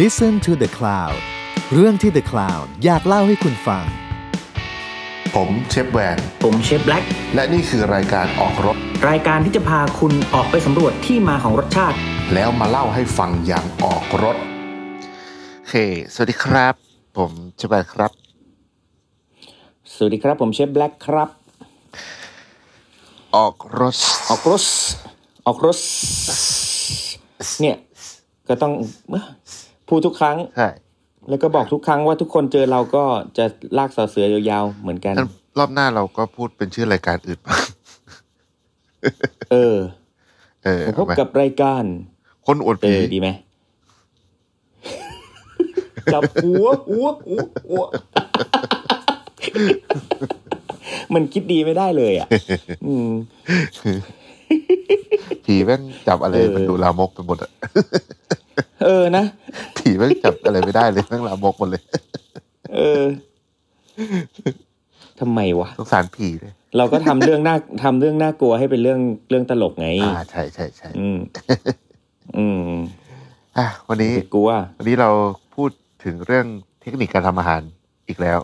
Listen to the Cloud เรื่องที่ The Cloud อยากเล่าให้คุณฟัง ผมเชฟแวน ผมเชฟแบล็ก และนี่คือรายการออกรถ รายการที่จะพาคุณออกไปสำรวจที่มาของรสชาติ แล้วมาเล่าให้ฟังอย่างออกรถ โอเค สวัสดีครับ ผมเชฟแบนครับ สวัสดีครับผมเชฟแบล็กครับ ออกรถ ออกรส ออกรส เนี่ย ก็ต้องเอ้อพูดทุกครั้ง ใช่ แล้วก็บอกทุกครั้งว่าทุกคนเจอเราก็จะลากสอเสือยาวๆเหมือนกัน งั้นรอบหน้าเราก็พูดเป็นชื่อรายการอื่น บ้าง เออ เออ ผมพบ เอาไหม กับรายการ คนอวด เอ ผี อดีไหม จับหัวหัวหัวหัว มันคิดดีไม่ได้เลย อ่ะ อืม ผีแม่งจับอะไร เออ มันดูลามกไปหมดอะ เออนะ ผีแม่งจับอะไรไม่ได้เลย แม่งลามกหมดเลย เออทำไมวะ สงสารผีเลย เราก็ทำเรื่องน่าทำเรื่องน่ากลัวให้เป็นเรื่องเรื่องตลกไง อ่าใช่ใช่ใช่ อืม อืม อ่ะวันนี้ ไปกลัว วันนี้เราพูดถึงเรื่องเทคนิคการทำอาหารอีกแล้ว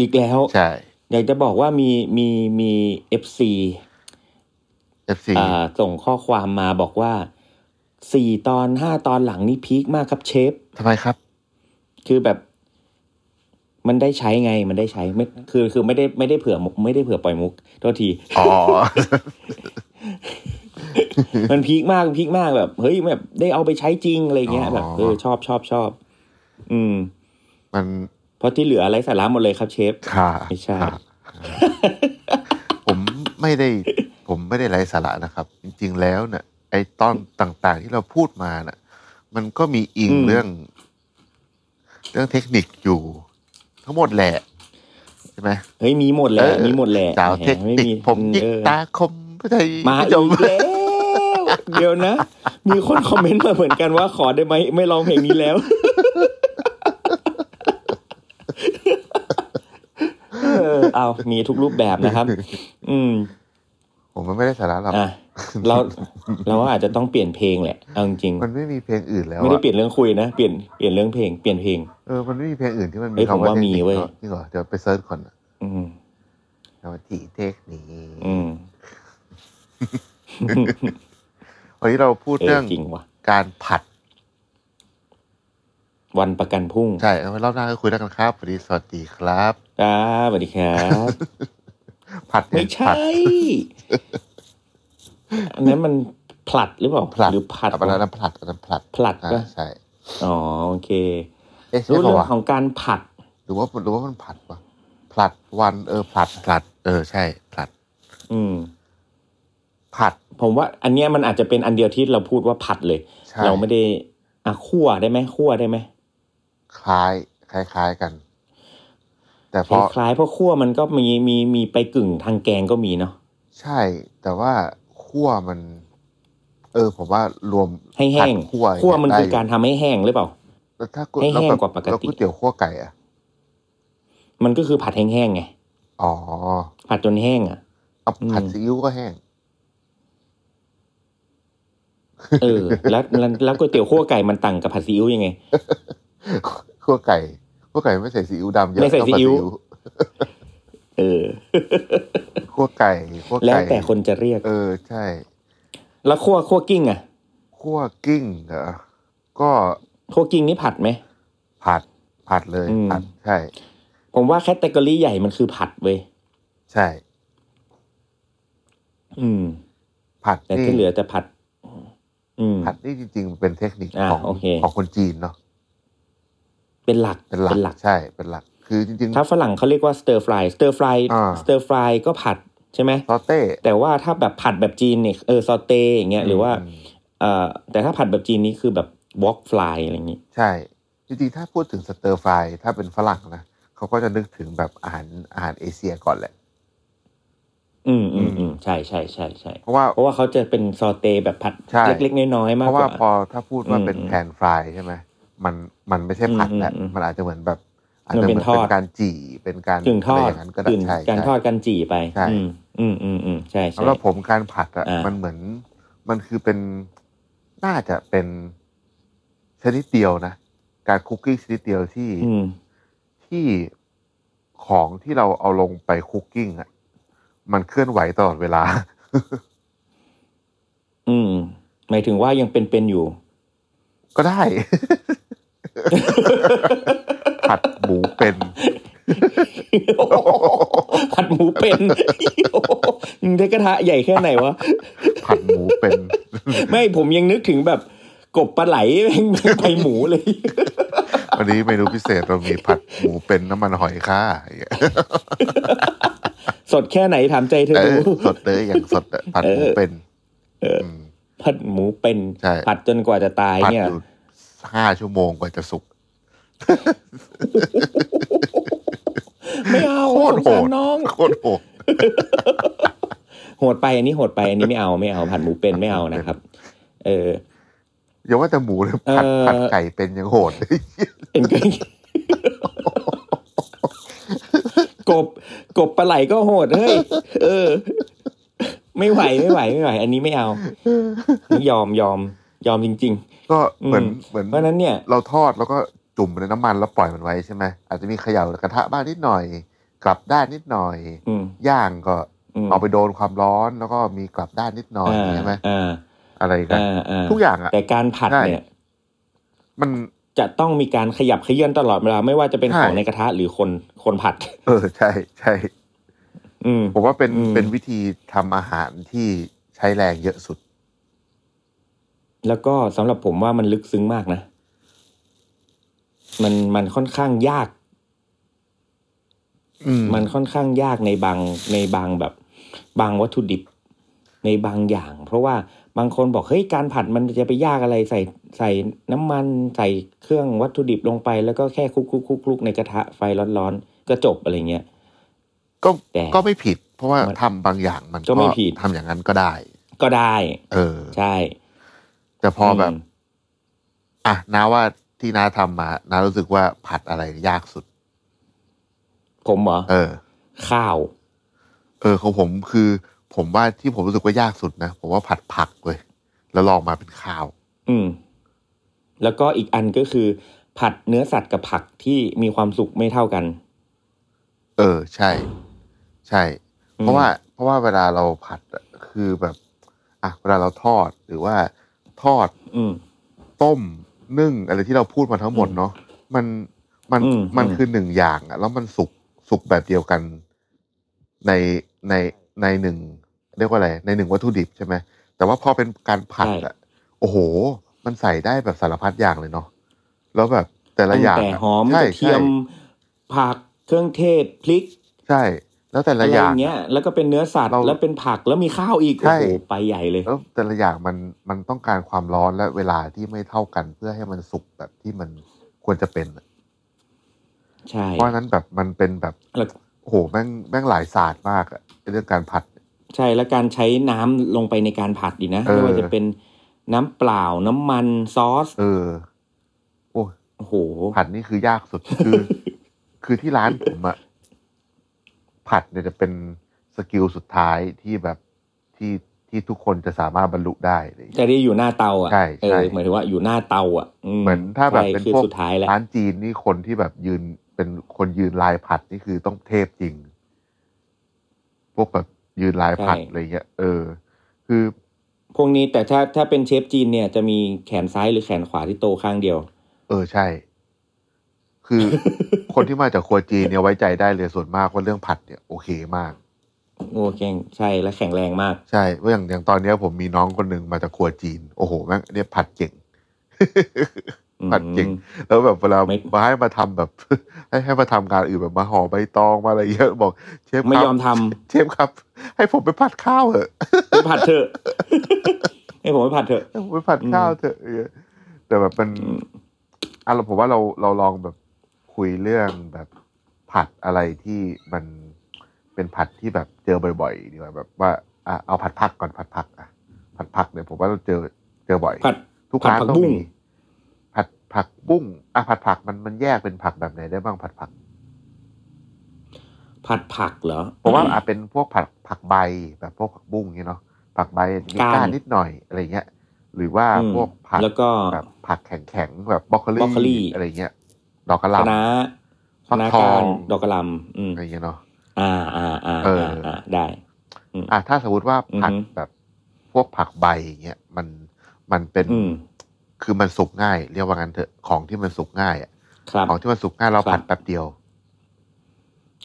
อีกแล้ว ใช่ อยากจะบอกว่ามีมีมีเอฟซี FC อ่าส่งข้อความมาบอกว่าสี่ตอนห้าตอนหลังนี่พีคมากครับเชฟ ทำไมครับ คือแบบ มันได้ใช้ไง มันได้ใช้ไม่คือคือไม่ได้ไม่ได้เผื่อมุกไม่ได้เผื่อปล่อยมุกโทษที อ๋อ มันพีคมากพีคมากแบบเฮ้ยแบบได้เอาไปใช้จริงอะไรเงี้ยแบบ อ๋อ เออชอบชอบชอบ อืม มัน เพราะที่เหลืออะไรสาระหมดเลยครับเชฟ ค่ะ ไม่ใช่ ค่ะ ผมไม่ได้ ผมไม่ได้ไร้สาระนะครับ จริง ๆ แล้วเนี่ยไอ้ตอนต่างๆ ที่เราพูดมาน่ะ มันก็มีอิง อืม เรื่อง เรื่องเทคนิคอยู่ ทั้งหมดแหละ ใช่ไหม เฮ้ยมีหมดแหละ เออ มีหมดแหละ สาวเทค ไม่ นิค มี ผมยิก เออ ตาคมก็ได้ มาอี จ กแล้วเดี๋ยวนะ มีคนคอมเมนต์มาเหมือนกันว่าขอได้ไหมไม่ร้องเพลงนี้แล้ว เออเอามีทุกรูปแบบนะครับ อืม ผมมันไม่ได้สาระหรอก อ่ะเราเราว่าอาจจะต้องเปลี่ยนเพลงแหละเอาจริงๆ มันไม่มีเพลงอื่นแล้ว ไม่ได้ อะ เปลี่ยนเรื่องคุยนะเปลี่ยนเปลี่ยนเรื่องเพลงเปลี่ยนเพลง เออมันไม่มีเพลงอื่นที่มัน เฮ้ มี ยผม คำว่า ว่า เทค มี นิค เว้ย เนอะจริงเหรอเดี๋ยวไปเซิร์ชก่อนนะ อืม คำว่าทีเทคนิค อืม วันนี้เราพูด เอ เรื่ อ อง จริงว่ะ การผัด วันประกันพรุ่ง ใช่เอาไว้รอบหน้าก็คุยแล้วกันครับสวัสดีสวัสดีครับ ครับสวัสดีครับ ผัดเนี่ ไม่ ย ใช่ ผัด อันนั้นมันผลัดหรือเปล่า ผลัด หรือผัด อันนั้นผลัดอันนั้นผลัด ผลัด อ่า ปะ ใช่ อ๋อโอเค เอ๊ะใช่ รู้ ปะ เรื่อง วะ ของการผัด หรือว่าหรือว่ามันผลัดปะผลัดวันเออผลัดผลัด เออใช่ผลัด อืม ผลัด ผมว่า อันเนี้ยมันอาจจะเป็นอันเดียวที่เราพูดว่าผัดเลย ใช่ เราไม่ได้อ่ะคั่วได้ไหมคั่วได้ไหม คล้ายคล้ายคล้ายกัน แต่เพ คล ราะ ้ายๆเพราะคั่วมันก็มีมีมีไปกึ่งทางแกงก็มีเนาะ ใช่ แต่ว่าคั่วมัน เออ ผมว่ารวม ให้แห้ง ผัดคั่ว คั่วมันคือการ ได้ยู่ ทำให้แห้งหรือเปล่า แล้วถ้า ให้แห้ง ล้บบ กว่าปกติ แล้วก๋วยเตี๋ยวคั่วไก่อ่ะ มันก็คือผัดแห้งๆไง อ๋อ ผัดจนแห้งอ่ะ เอา อืม ผัดซีอิ๊วก็แห้ง เออ แล้วแล้วแล้วก๋วยเตี๋ยวคั่วไก่มันต่างกับผัดซีอิ๊วยังไง คั่วไก่คั่วไก่ไม่ใส่ซีอิ๊วดำเยอะ ไม่ใส่ซีอิ๊ว เท่ากับ เออ คั่วไก่คั่ว แล้ว ไก่ แต่คนจะเรียก เออใช่ แล้วคั่วคั่วกิ้งอ่ะ คั่วกิ้งเหรอก็ คั่วกิ้งนี่ผัดไหม ผัดผัดเลย อืม ผัดใช่ ผมว่าแคตตากรีใหญ่มันคือผัดเว้ย ใช่ อืม ผัด แต่ นี่ ที่เหลือแต่ผัด อืม ผัดนี่จริง ๆ เป็นเทคนิค อ่า ของ โอเค ของคนจีนเนาะ เป็นหลัก เป็นหลักใช่เป็นหลัก คือจริง ถ้าฝรั่งเขาเรียกว่าสเตอร์ฟรายสเตอร์ฟราย อ่า สเตอร์ฟรายก็ผัดใช่ไหม ๆซอเต้ แต่ว่าถ้าแบบผัดแบบจีนเนี่ยเออซอเตอย่างเงี้ยหรือว่า อืม เอ่อแต่ถ้าผัดแบบจีนนี่คือแบบวอกฟลายอะไรอย่างงี้ ใช่ จริงๆ ถ้าพูดถึงสเตอร์ฟรายถ้าเป็นฝรั่งนะเขาก็จะนึกถึงแบบอาหารอาหารเอเชียก่อนแหละ อืมอืมอืมใช่ใช่ใช่ใช่ เพราะว่า เพราะว่าเขาจะเป็นซอเตแบบผัด ใช่ เล็กๆน้อยๆ เพ มาก ราะ ก ว่า ว่า พอถ้าพูดว่า อืม เป็นแพนฟรายใช่ไหมมันมันไม่ใช่ผัดแหละ อืมอืม มันอาจจะเหมือนแบบ อาจ มัน จะเห เป็ มื น อน ทอด เป็นการจี่เป็นการ กึ่งทอด ะไรย่างนั้นก็ได้ กึ่ง ใช่ การ ใช่ ทอดการจี่ไป ใช่ อืมอืมอืมอืมใช่ใช่ สำหรับผมการผัดอ่ะ อ่ามั มันเหมือนมันคือเป็นน่าจะเป็น ชนิดเดียวนะ การคุกกิ้งชนิดเดียวที่ อืม ที่ของที่เราเอาลงไปคุกกิ้งอ่ะมันเคลื่อนไหวตลอดเวลา อืม หมายถึงว่ายังเป็นๆ อยู่ ก็ได้ ผัดหมูเป็น ผัดหมู เป็นมึงได้กระทะใหญ่แค่ไหนวะ ผัดหมูเป็น ไม่ผมยังนึกถึงแบบกบปลาไหล แม่งไปหมูเลย วันนี้เมนูพิเศษเรามีผัดหมูเป็นน้ำมันหอย ค่ะอย่างเงี้ย สดแค่ไหนถามใจเธอ เอ ดู อสดเลยอย่างสดอะผัดหมูเป็นม ผัดหมูเป็น ใช่ ผัดจนกว่าจะตาย ผัด เนี่ย อยู่ห้าชั่วโมงกว่าจะสุก ไม่เอา โคตร ส โห ง ด สารน้อง โคตรโหด โหดไปอันนี้โหดไปอันนี้ไม่เอาไม่เอาผัดหมูเป็นไม่เอานะครับ เออ อย่าว่าแต่หมูเลยผัด เอ่อ ผัดไก่เป็นยังโหด เลย เป็น ไงกบกบปลาไหลก็โหดเฮ้ยเออ ไม่ไหวไม่ไหวไม่ไหว อันนี้ไม่เอายอมยอมยอมจริง ก็เหมือน อืม เหมือน ๆ เพราะฉะนั้นเนี่ย เราทอดแล้วก็จุ่มในน้ำมันแล้วปล่อยมันไว้ใช่ไหมอาจจะมีเขย่ากระทะบ้างนิดหน่อย กลับด้านนิดหน่อย อืม ย่างก็ ม เอาไปโดนความร้อนแล้วก็มีกลับด้านนิดหน่อย อ่า ใช่ไหม อ่า อะไรกัน อ่าอ่า ทุกอย่างอ่ะ แต่การผัด ใช่ เนี่ย มัน จะต้องมีการขยับเขยื่อนตลอดเวลาไม่ว่าจะเป็น ใช่ ของในกระทะหรือคนคนผัด เออใช่ใช่ อืม ผมว่าเป็น อืม เป็นวิธีทำอาหารที่ใช้แรงเยอะสุด แล้วก็สำหรับผมว่ามันลึกซึ้งมากนะ มันมันค่อนข้างยาก อืม มันค่อนข้างยากในบางในบางแบบ บางวัตถุดิบในบางอย่าง เพราะว่าบางคนบอกเฮ้ยการผัดมันจะไปยากอะไรใส่ใส่น้ำมันใส่เครื่องวัตถุดิบลงไป แล้วก็แค่คลุกคลุกคลุกคลุกในกระทะไฟร้อนๆก็จบอะไรเงี้ย ก็ แต่ ก็ไม่ผิด เพราะว่า มัน ทำบางอย่างมัน ก็ไม่ผิด ทำอย่างนั้นก็ได้ ก็ได้ เออ ใช่ แต่พอแบบ ม อ่ะน้าว่าที่น้าทำมาน้ารู้สึกว่าผัดอะไรยากสุด ผมเหรอ เออ ข้าว เออของผมคือ ผมว่าที่ผมรู้สึกว่ายากสุดนะผมว่าผัดผักเว้ยแล้วลองมาเป็นข้าว อืม แล้วก็อีกอันก็คือ ผัดเนื้อสัตว์กับผักที่มีความสุขไม่เท่ากัน เออ ใช่ ใช่ อืม เพราะว่า เพราะว่าเวลาเราผัดอะคือแบบอ่ะเวลาเราทอดหรือว่าทอด อืม ต้มนึ่งอะไรที่เราพูดมาทั้งหมดเนาะมันมัน อืม มัน อืม คือหนึ่งอย่างอะแล้วมันสุกสุกแบบเดียวกัน ในในในหนึ่งเรียกว่าอะไร ในหนึ่งวัตถุดิบใช่ไหมแต่ว่าพอเป็นการผัดอะโอ้โห มันใส่ได้แบบสารพัดอย่างเลยเนาะแล้วแบบแต่ละ ตั้ง อย่าง แต่ อะ หอมก ใช่ ระเทียม ผักเครื่องเทศพริก ใช่ แล้วแต่ อะ ละ ไร อ อย่าง ย่างเงี้ย แล้วก็เป็นเนื้อสัตว์ เรา แล้วเป็นผักแล้วมีข้าวอีก ใช่ โอ้โหไปใหญ่เลย แล้วแต่ละอย่างมันมันต้องการความร้อนและเวลาที่ไม่เท่ากัน เพื่อให้มันสุกแบบที่มันควรจะเป็นอะ ใช่ เพราะฉะนั้นแบบมันเป็นแบบ แล้ว โอ้โหแม่งแม่งหลายศาสตร์มากอะไอ้เรื่องการผัด ใช่แล้วการใช้น้ำลงไปในการผัดดีนะ เออ ไม่ว่าจะเป็นน้ำเปล่าน้ำมันซอส เออ โอ้ย โอ้โห ผัดนี่คือยากสุด คือ คือที่ร้านผมอะผัดเนี่ยจะเป็นสกิลสุดท้ายที่แบบที่ที่ทุกคนจะสามารถบรรลุได้อะไรอย่าง จะ เงี้ย ได้อยู่หน้าเตาอ่ะ ใช่ เอ ใช่ อหมายถึงว่าอยู่หน้าเตาอ่ะ เหมือนถ้าแบบเป็น ใช่คือ พวก สุดท้ายแล้ว ร้านจีนนี่คนที่แบบยืนเป็นคนยืนลายผัดนี่คือต้องเทพจริง พวกแบบยืนลายผัด ใช่ อะไรเงี้ยเออ คือ พวกนี้แต่ถ้าถ้าเป็นเชฟจีนเนี่ยจะมีแขนซ้ายหรือแขนขวาที่โตข้างเดียว เออใช่ คือ คนที่มาจากครัวจีนเนี่ยไว้ใจได้เลยส่วนมากว่าเรื่องผัดเนี่ยโอเคมาก โอ้แข็งใช่และแข็งแรงมาก ใช่เพราะอย่างอย่างตอนเนี้ยผมมีน้องคนหนึ่งมาจากครัวจีน โอ้โหแม่งเนี่ยผัดเก่ง อืม ผัดเก่ง แล้วแบบเวลา ไม่ มาให้มาทำแบบ ให้ให้มาทำงานอื่นแบบมาห่อใบตองมาอะไรเยอะบอกเชฟ ไม่ ครั ยอมท เชฟครับ ให้ผมไปผัดข้าวเถอะ ำไปผัดเถอะ ให้ผมไปผัดเถอะ ให้ผมไปผัดข้าวเถอะเออแต่แบบมัน อืม อ่ะเราผมว่าเราเราลองแบบคุยเรื่องแบบผัดอะไรที่มันเป็นผัดที่แบบเจอบ่อยๆดีกว่าแบบว่าอ่ะเอาผัดผักก่อนผัดผักอ่ะผัดผักเนี่ยผมว่าเราเจอเจอบ่อย ผัด ทุก ผัดผัร้านก ต้อง บุ้ง มีผัดผักบุ้งอ่ะผัดผักมันมันแยกเป็นผักแบบไหนได้บ้างผัดผัก ผัดผักเหรอ เพราะว่าอ่ะเป็นพวกผักผักใบแบบพวกผักบุ้งเงี้ยเนาะผักใบมี ก้าน ก้านนิดหน่อยอะไรเงี้ย หรือว่า อืม พวกผัก แล้วก็ แบบผักแข็งๆแบบบรอกโค บรอกโคลี่ ลีอะไรเงี้ยดอกกระห ค ล่ ณะ ฟั ค ก ณะ ทอก้างนดอกกระหลำอืม ำอะไรเงี้ยเนาะ อ่าอ่าอ่า เออ อ่าอ่าได้ อ่ะถ้าสมมติว่าผัก อือฮึ แบบพวกผักใบอย่างเงี้ยมันมันเป็น อืม คือมันสุกง่าย เรียกว่างั้นเถอะของที่มันสุกง่ายอะ ครับ ของที่มันสุกง่ายเรา ครับ ผัดแป๊บเดียว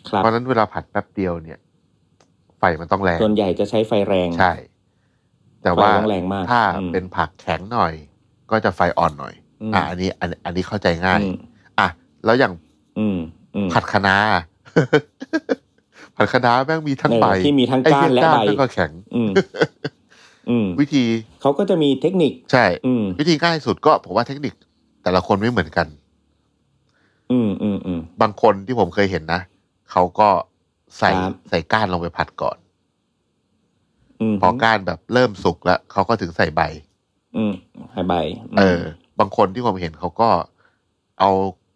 ครับ เพราะฉะนั้นเวลาผัดแป๊บเดียวเนี่ย ไฟมันต้องแรง ส่วนใหญ่จะใช้ไฟแรง ใช่ แต่ ไฟ ว่า ต้องแรงมาก ถ้า อืม เป็นผักแข็งหน่อย ก็จะไฟอ่อนหน่อย อืม อ่ะอันนี้อันอันนี้เข้าใจง่าย อืม อ่ะแล้วอย่าง อืมอืม ผัดคะน้า ผัดคะน้าแม่งมีทั้ง เออ ใบ ที่มีทั้ง ไอ้ ก้า เหี้ น ย และ ก้าน ใบ แม่งก็แข็ง อืม อืม วิธี เขาก็จะมีเทคนิค ใช่ อืม วิธีง่ายสุดก็ผมว่าเทคนิคแต่ละคนไม่เหมือนกัน อืมอืมอืม บางคนที่ผมเคยเห็นนะเขาก็ใส่ ครับ ใส่ก้านลงไปผัดก่อน อืม พอก้านแบบเริ่มสุกแล้วเขาก็ถึงใส่ใบ อืมหายใบม เออ บางคนที่ผมเห็นเขาก็ เอา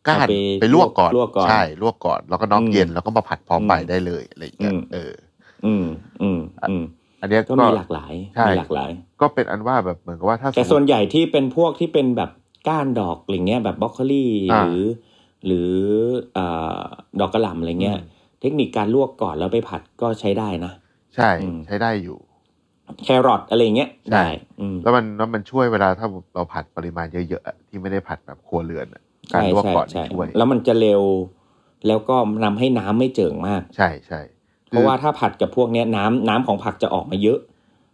ก้าน เอาไป ไปลวกก่อน ลวกก่อน ใช่ลวกก่อน แล้วก็น้อม อืม เย็นแล้วก็มาผัดพร้อมใบ อืม ได้เลยอะไรอย่างเงี้ย อืม เออ อืมอืมอืม อันเนี้ย ก็ ก็ มีหลากหลาย ใช่ มีหลากหลาย ก็เป็นอันว่าแบบเหมือนกับว่าถ้า แต่ มมติ ส่วนใหญ่ที่เป็นพวกที่เป็นแบบก้านดอกอะไรเงี้ยแบบบล็อกโคลี่ อ่า หรือ หรือเอ่อดอกกระหล่ำอะไรเงี้ย อืม เทคนิคการลวกก่อนแล้วไปผัดก็ใช้ได้นะ ใช่ อืม ใช้ได้อยู่ แครอทอะไรเงี้ย ใช่ ได้อืม แล้วมันแล้วมันช่วยเวลาถ้าเราผัดปริมาณเยอะๆอะที่ไม่ได้ผัดแบบครัวเรือนอะการ ใช่ ลวก ใช่ ก่อนนี่ ใช่ ช่วย แล้วมันจะเร็ว แล้วก็นำให้น้ำไม่เจิ่งมาก ใช่ใช่ เพราะว่าถ้าผัดกับพวกเนี้ยน้ำน้ำของผักจะออกมาเยอะ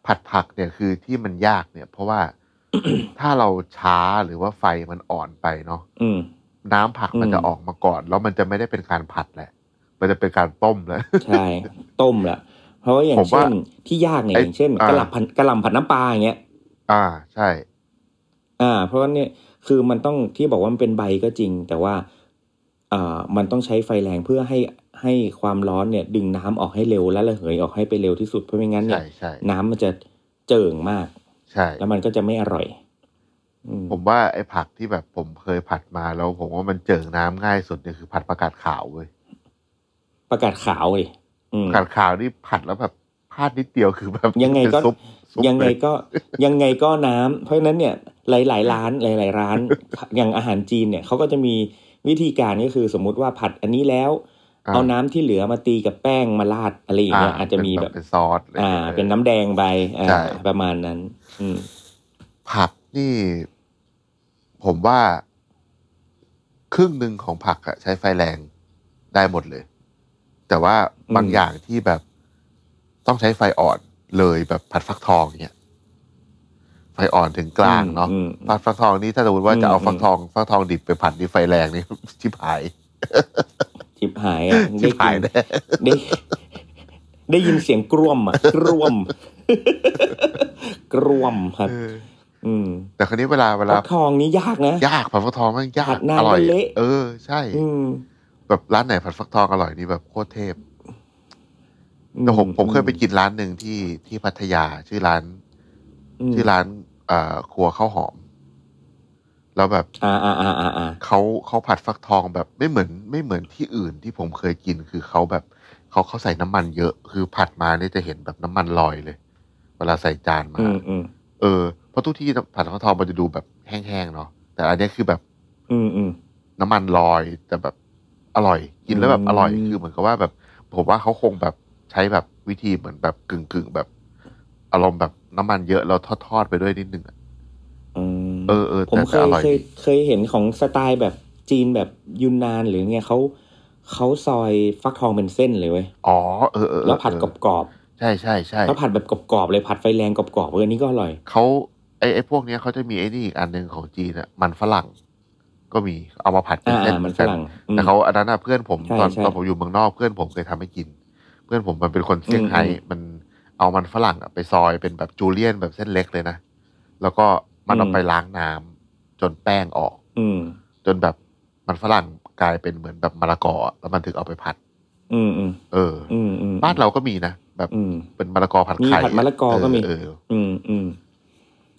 ผัดผักเนี่ยคือที่มันยากเนี่ย เพราะว่า ถ้าเราช้าหรือว่าไฟมันอ่อนไปเนาะ อืม น้ำผักมัน อืม จะออกมาก่อน แล้วมันจะไม่ได้เป็นการผัดแหละ มันจะเป็นการต้ม แล้ว ใช่ ต้มละเพราะว่าอย่า ผ ง มว่า เช่นที่ยากเนี่ย ไอ้ อย่างเช่น อ่า กระหล่ำผัดกระหล่ำผัดน้ำปลาอย่างเงี้ย อ่าใช่ อ่า เพราะว่าเนี่ยคือมันต้องที่บอกว่ามันเป็นใบก็จริง แต่ว่าอ่ามันต้องใช้ไฟแรงเพื่อให้ให้ความร้อนเนี่ย ดึงน้ำออกให้เร็วและระเหยออกให้ไปเร็วที่สุดเพราะไม่งั้นเนี่ ใช่ ย ใช่ น้ำมันจะเจิ่งมาก ใช่ แล้วมันก็จะไม่อร่อย อืม ผมว่าไอ้ผักที่แบบผมเคยผัดมาแล้ว ผมว่ามันเจิ่งน้ำง่ายสุดเนี่ยคือผัดประกาศขาวเว้ย ประกาศขาวเลยอื ป ม ระกาศขาวนี่ผัดแล้วแบบพลาดนิดเดียวคือแบบ ยังไงก็ เป็นซุปซุป ยังไง เลย ก็ ยังไงก็น้ำเพราะฉะนั้นเนี่ยหลาย ๆ ร้านหลาย ๆ ร้าน อย่างอาหารจีนเนี่ยเขาก็จะมีวิธีการก็คือสมมุติว่าผัดอันนี้แล้ว อ่า เอาน้ำที่เหลือมาตีกับแป้งมาราดอะไรอย่างเงี้ยอาจจะมีแบบ เป็นซอสะไรย่ อ่า งงี้ย เป็นน้ำแดงไปอ่า ใช่ ประมาณนั้น อืม ผักนี่ผมว่า ครึ่งหนึ่งของผักอะใช้ไฟแรงได้หมดเลย แต่ว่าบาง อืม อย่างที่แบบต้องใช้ไฟอ่อนเลยแบบผัดฟักทองเนี่ยไฟอ่อนถึงกลางเนาะ อืม ผัดฟักทองนี่ถ้าสมมติว่า อืม จะเอา อืม ฟักทองฟักทองดิบไปผัดนี่ไฟแรงนี่ ชิบหาย ชิบหายอ่ะ ชิบหายแน่ ได้นได้ได้ยินเสียงกรวมอ่ะกรวม กรวมครับ อืม แต่คราวนี้เวลาเวลา ฟักทองนี้ยากนะ ยากผัดฟักทองมันยา ผั ก ดนาน อร่อย ก็เละ เออ ใช่ อืม แบบร้านไหนผัดฟักทองอร่อยนี่แบบโคตรเทพ แต่ผมผมเคยไปกินร้านหนึ่งที่ที่พัทยาชื่อร้าน อืม ชื่อร้านเอ่อครัวข้าวหอม แล้วแบบ อ่าอ่าอ่าอ่าอ่า เขาเขาผัดฟักทองแบบไม่เหมือนไม่เหมือนที่อื่นที่ผมเคยกินคือเขาแบบเขาเขาใส่น้ำมันเยอะคือผัดมาเนี่ยจะเห็นแบบน้ำมันลอยเลย เวลาใส่จานมา อืมอืม เออเพราะทุกที่ผัดฟักทองมันจะดูแบบแห้งๆเนาะแต่อันเนี้ยคือแบบ อืมอืม น้ำมันลอยแต่แบบอร่อย กินแล้วแบบอร่อย อืม คือเหมือนกับว่าแบบ ผมว่าเขาคงแบบใช้แบบวิธีเหมือนแบบกึ่งกึ่งๆแบบ อารมณ์แบบน้ำมันเยอะแล้วทอดๆไปด้วยนิดนึงอะ อืม เออเออ ผม แต่ เค แต่อย ร่อย เคย ดี เคยเห็นของสไตล์แบบจีนแบบยุนนานหรือไงเขาเขาซอยฟักทองเป็นเส้นเลยเว้ย อ๋อเออเออเออ แล้วผัดกรอบ ใช่ใช่ใช่ ๆแล้วผัดแบบกรอบๆเลยผัดไฟแรงกรอบๆเอออนนี่ก็อร่อย เขาไอ้ไอ้พวกเนี้ยเขาจะมีไอ้นี่อีกอันหนึ่งของจีนอะมันฝรั่ง ก็มีเอามาผัดเป็น อ่า เส้น อ่า เห มั มื น อน ฝ กัน รั่งอืม แต่เขาอันนั้นอะเพื่อนผม ใช่ ตอน ใช่ ตอนผมอยู่เมืองนอกเพื่อนผมเคยทำให้กิน เพื่อนผมมันเป็นคนเซี่ยงไฮ้ อืมอืม มันเอามันฝรั่งอะไปซอยเป็นแบบจูเลียนแบบเส้นเล็กเลยนะแล้วก็มันเอา อืม ไปล้างน้ำจนแป้งออก อืม จนแบบมันฝรั่งกลายเป็นเหมือนแบบมะละกออะแล้วมันถึงเอาไปผัด อืมอืม เอออ อืมอืม บ้านเราก็มีนะแบบ อืม เป็นมะละกอผัด มี ไข่ ผัดมะละกอก็มี เเออ อืมอืม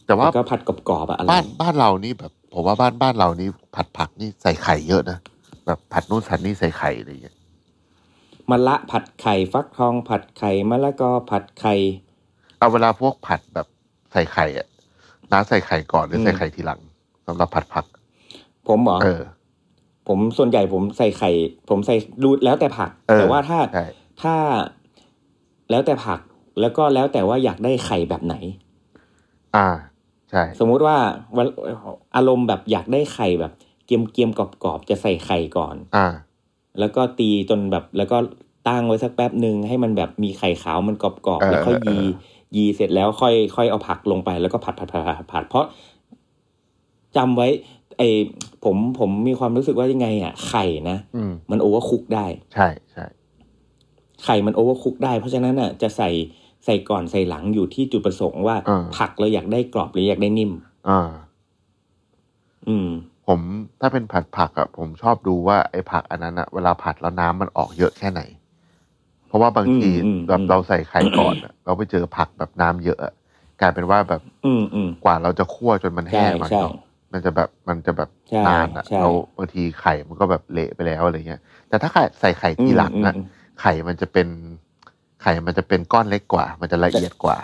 แต่ว่า แล้วก็ผัดกรอบๆอะอะไร บ้านบ้านเรานี่แบบ ผมว่าบ้านบ้านเรานี่ผัดผักนี่ใส่ไข่เยอะนะแบบผัดนู่นผัดนี่ใส่ไข่อะไรอย่างเงี้ย มะละผัดไข่ฟักทองผัดไข่มะละกอผัดไข่ เอาเวลาพวกผัดแบบใส่ไข่อะ น้าใส่ไข่ก่อนหรืออ ม ใส่ไข่ทีหลังสำหรับผัดผัก ผมเหรอ เออ ผมส่วนใหญ่ผมใส่ไข่ ผมใส่ดูแล้วแต่ผัก เออ แต่ว่าถ้า ใช่ ถ้าแล้วแต่ผักแล้วก็แล้วแต่ว่าอยากได้ไข่แบบไหน อ่า ใช่ สมมุติว่าวันอารมณ์แบบอยากได้ไข่แบบเกียมเกียมๆกรอบๆจะใส่ไข่ก่อน อ่า แล้วก็ตีจนแบบแล้วก็ตั้งไว้สักแป๊บหนึ่งให้มันแบบมีไข่ขาวมันกรอบๆเออ แล้วค่อย เอยีอเออ ยีเสร็จแล้วค่อยค่อยเอาผักลงไปแล้วก็ผัดผัดผัดผัดผัดเพราะจำไว้ไอผมผมมีความรู้สึกว่ายังไงอ่ะไข่นะ อืม มันโอเวอร์คุกได้ ใช่ใช่ ไข่มันโอเวอร์คุกได้เพราะฉะนั้นอ่ะจะใส่ใส่ก่อนใส่หลังอยู่ที่จุดประสงค์ว่า ผักเราอยากได้กรอบหรืออยากได้นิ่ม อ่า อืม ผมถ้าเป็นผัดผักอะผมชอบดูว่าไอ้ผักอันนั้นอะเวลาผัดแล้วน้ำมันออกเยอะแค่ไหน เพราะว่าบางที อืมอืม แบบ อืม เราใส่ไข่ก่อนอะเราไปเจอผักแบบน้ำเยอะอะกลายเป็นว่าแบบ อืมอืม กว่าเราจะคั่วจนมัน ใช่ แห้งมัน ใช่ เนาะมันจะแบบมันจะแบบ ใช่ นานอะ ใช่ เราบางทีไข่มันก็แบบเละไปแล้วอะไรเงี้ย แต่ถ้าไข่ใส่ไข่ทีหลังอะ อืม ไข่มันจะเป็น ไข่มันจะเป็นก้อนเล็กกว่า มันจะละเอียดกว่า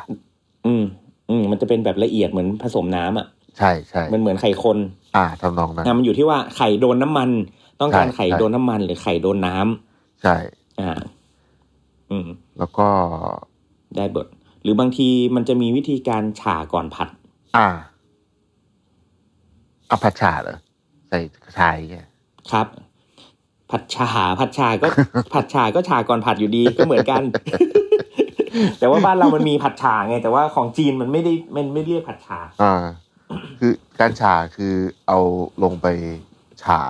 อืมอืมมันจะเป็นแบบละเอียดเหมือนผสมน้ำอ่ะ ใช่ใช่ มันเหมือนไข่คน อ่าทำนองนั้น นะมันอยู่ที่ว่าไข่โดนน้ำมัน ต้องการ ใช่ ไข่ ใช่ โดนน้ำมันหรือไข่โดนน้ำ ใช่ อ่า อืม แล้วก็ ได้เบิดหรือบางทีมันจะมีวิธีการฉ่าก่อนผัด อ่าอาผัดชาเหรอใส่กระชายอย่างเงี้ย ครับ ผัดชาผัดชาก็ ผัดชาก็ชาก่อนผัดอยู่ดีก็เหมือนกัน แต่ว่าบ้านเรามันมีผัดชาไงแต่ว่าของจีนมันไม่ได้มันไม่เรียกผัดชา อ่า คือการชาคือเอาลงไปชา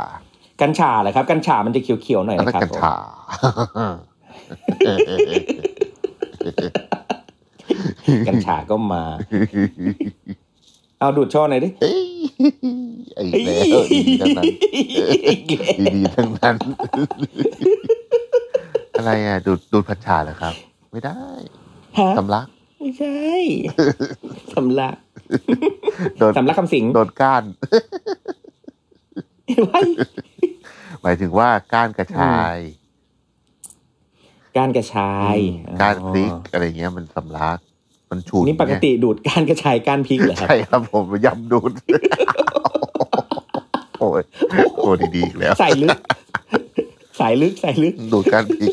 กัญชาเหรอครับ กัญชามันจะเขียวๆหน่อย แล้ว นะคก็รับ กัญ ผม ชา กัญชาก็มาเอาดูดโช่อหน่อยดิ เอ้ยไอ้แล้วดีทั้งนั้นดีๆทั้งนั้น อะไรอ่ะ ดูดดูดผัดชาเหรอครับ ไม่ได้ ฮะ สำลัก ไม่ใช่ สำลัก โดน สำลักคำสิง โดนก้าน ไว้ หมายถึงว่าก้านกระชาย ก้านกระชาย อืมก้านพริกอะไรเงี้ยมันสำลัก มันฉุ อ๋อน นี่ปก ไง ติดูดก้านกระชายก้านพริกเหรอครับ ใช่ครับผมยำดูด โอ้ยโอ้ดีๆอีกแล้ว สายลึกสายลึกสายลึก ดูดกันอีก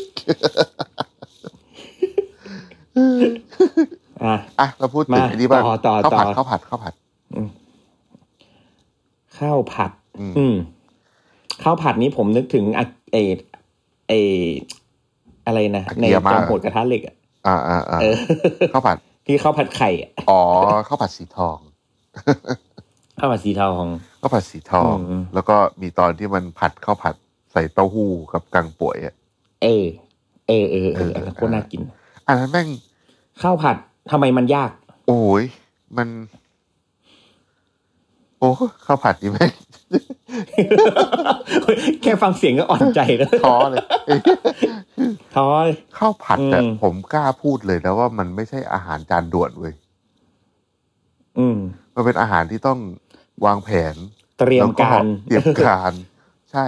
อ่ะ อ่ะเราพูดถึง มา อันนี้บ้าง ต่อต่อ ข้าวผัด ต่อ ข้าวผัดข้าวผัด ข้าวผัด อืม อืมข้าวผัดนี้ผมนึกถึงอะเอเออะไรนะ อากิ ใน ยามะ จอมโหดกระทะเหล็กอะ อ่าอ่าอ่า เอ อ ข้าวผัด ที่ข้าวผัดไข่อะ อ๋อข้าวผัดสีทอง ข้าวผัดสีเทาของ ข้าวผัดสีทอง อืม แล้วก็มีตอนที่มันผัดข้าวผัดใส่เต้าหู้กับกังป่วยอ่ะ เออ เออเออเอออันนั้น เออ โคตรน่ากิน อันนั้นแม่ง ข้าวผัดทำไมมันยาก โอ้ยมัน โอ้ข้าวผัดนี่แม่ง แค่ฟังเสียงก็อ่อนใจแล้ว ท้อเลย ท้อ ข้าวผัดแต่ อืม ผมกล้าพูดเลยนะว่ามันไม่ใช่อาหารจานด่วนเว้ย อืม มันเป็นอาหารที่ต้องวางแผน เตรียมการ แล้วเตรียมการ ใช่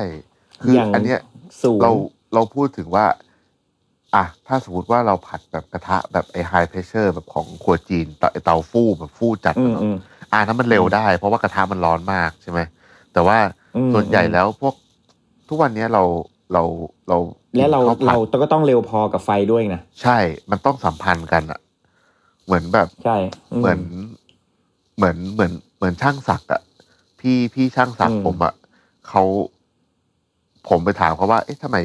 คืออย่าง อันเนี้ย สูง เราเราพูดถึงว่า อ่ะถ้าสมมติว่าเราผัดแบบกระทะแบบไอ้ไฮเพรสเชอร์แบบของครัวจีนเตาเตาฟู่แบบฟู่จัด อื อะ ม เนาะ อืม อ่ะนั้นมันเร็วได้ เพราะว่ากระทะมันร้อนมากใช่ไหมแต่ว่า อืม ส่วนใหญ่แล้วพวกทุกวันเนี้ยเราเราเรา และเรา ข้วผัด เราก็ต้องเร็วพอกับไฟด้วยนะ ใช่ มันต้องสัมพันธ์กันอะเหมือนแบบ ใช่ เหมือน เหมือน เหมือน เหมือนช่างศักดิ์อะพี่พี่ช่างศักดิ์ อืม ผมอะเขา ผมไปถามเขาว่า เอ๊ะทำไม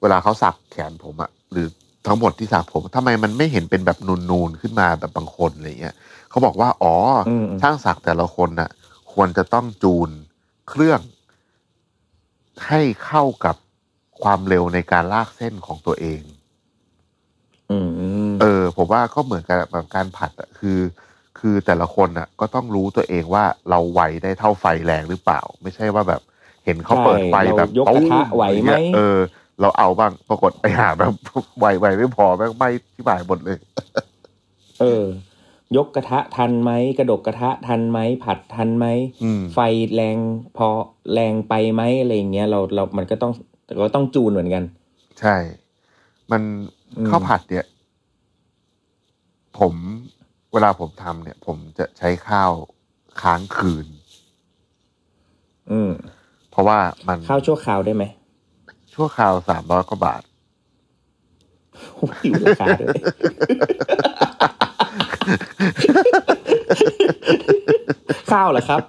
เวลาเขาสักแขนผมอะหรือทั้งหมดที่สักผมทำไมมันไม่เห็นเป็นแบบนูนๆขึ้นมาแบบบางคนอะไรเงี้ยเขาบอกว่า อ๋ออ อืม ช่างศักดิ์แต่ละคนน่ะ ควรจะต้องจูนเครื่อง ให้เข้ากับความเร็วในการลากเส้นของตัวเอง อืมอืม เออผมว่าก็เหมือนกันแบบการผัดอะคือ คือแต่ละคนอะก็ต้องรู้ตัวเองว่าเราไหวได้เท่าไฟแรงหรือเปล่า ไม่ใช่ว่าแบบเห็นเขาเปิดไฟ ใช่ แบบ เรายกกระทะไหวไหม เนี่ยเออ เราเอาบ้างปรากฏไปหาแบบ ไหวไหวไม่พอแม่งไหม่ที่บ่ายหมดเลย เออ ยกกระทะทันไหมกระดกกระทะทันไหมผัดทันไหม อืม ไฟแรงพอแรงไปไหมอะไรอย่างเงี้ยเราเรามันก็ต้องก็ต้องจูนเหมือนกัน ใช่ มัน อืม ข้าวผัดเนี่ย ผมเวลาผมทำเนี่ย ผมจะใช้ข้าว ค้างคืน อืม เพราะว่ามัน ข้าวชั่วคราวได้ไหม ชั่วคราวสามร้อยกว่าบาท โอ้ยอยู่ราคาด้วย ข้าวเหรอครับ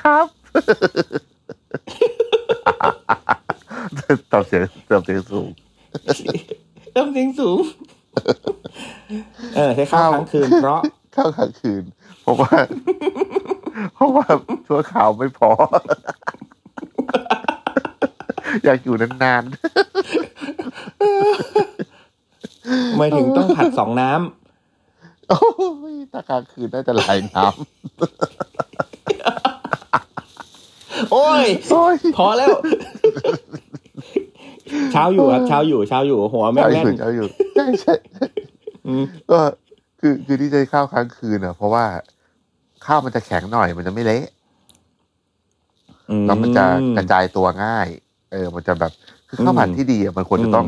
ครับ ตอบเสียงตอบเสียงสูง ต้มเสียงสูง เออใช้ข้าว ข้าว ทั้งคืนเพราะ ข้าวกลางคืน เพราะ ว่า เพราะว่าชั่วคราวไม่พอ อยากอยู่นาน ไม่ถึงต้องผัดสองน้ำ ๆ โอ้ยตากลางคืนน่าจะไหลายน้ โอ้ย ำโอ้ย พอแล้ว เช้าอยู่ครับเช้าอยู่เช้าอยู่หัวแม่ง เอาอ แน่น ยู่เอาอยู่ใช่ใช่ อืม ก็คือคือที่ใจข้าวค้างคืนอ่ะ เพราะว่าข้าวมันจะแข็งหน่อยมันจะไม่เละ แล้วมันจะกระจายตัวง่าย เออ มันจะแบบ คือข้าวผัดที่ดีอ่ะมันควรจะต้อง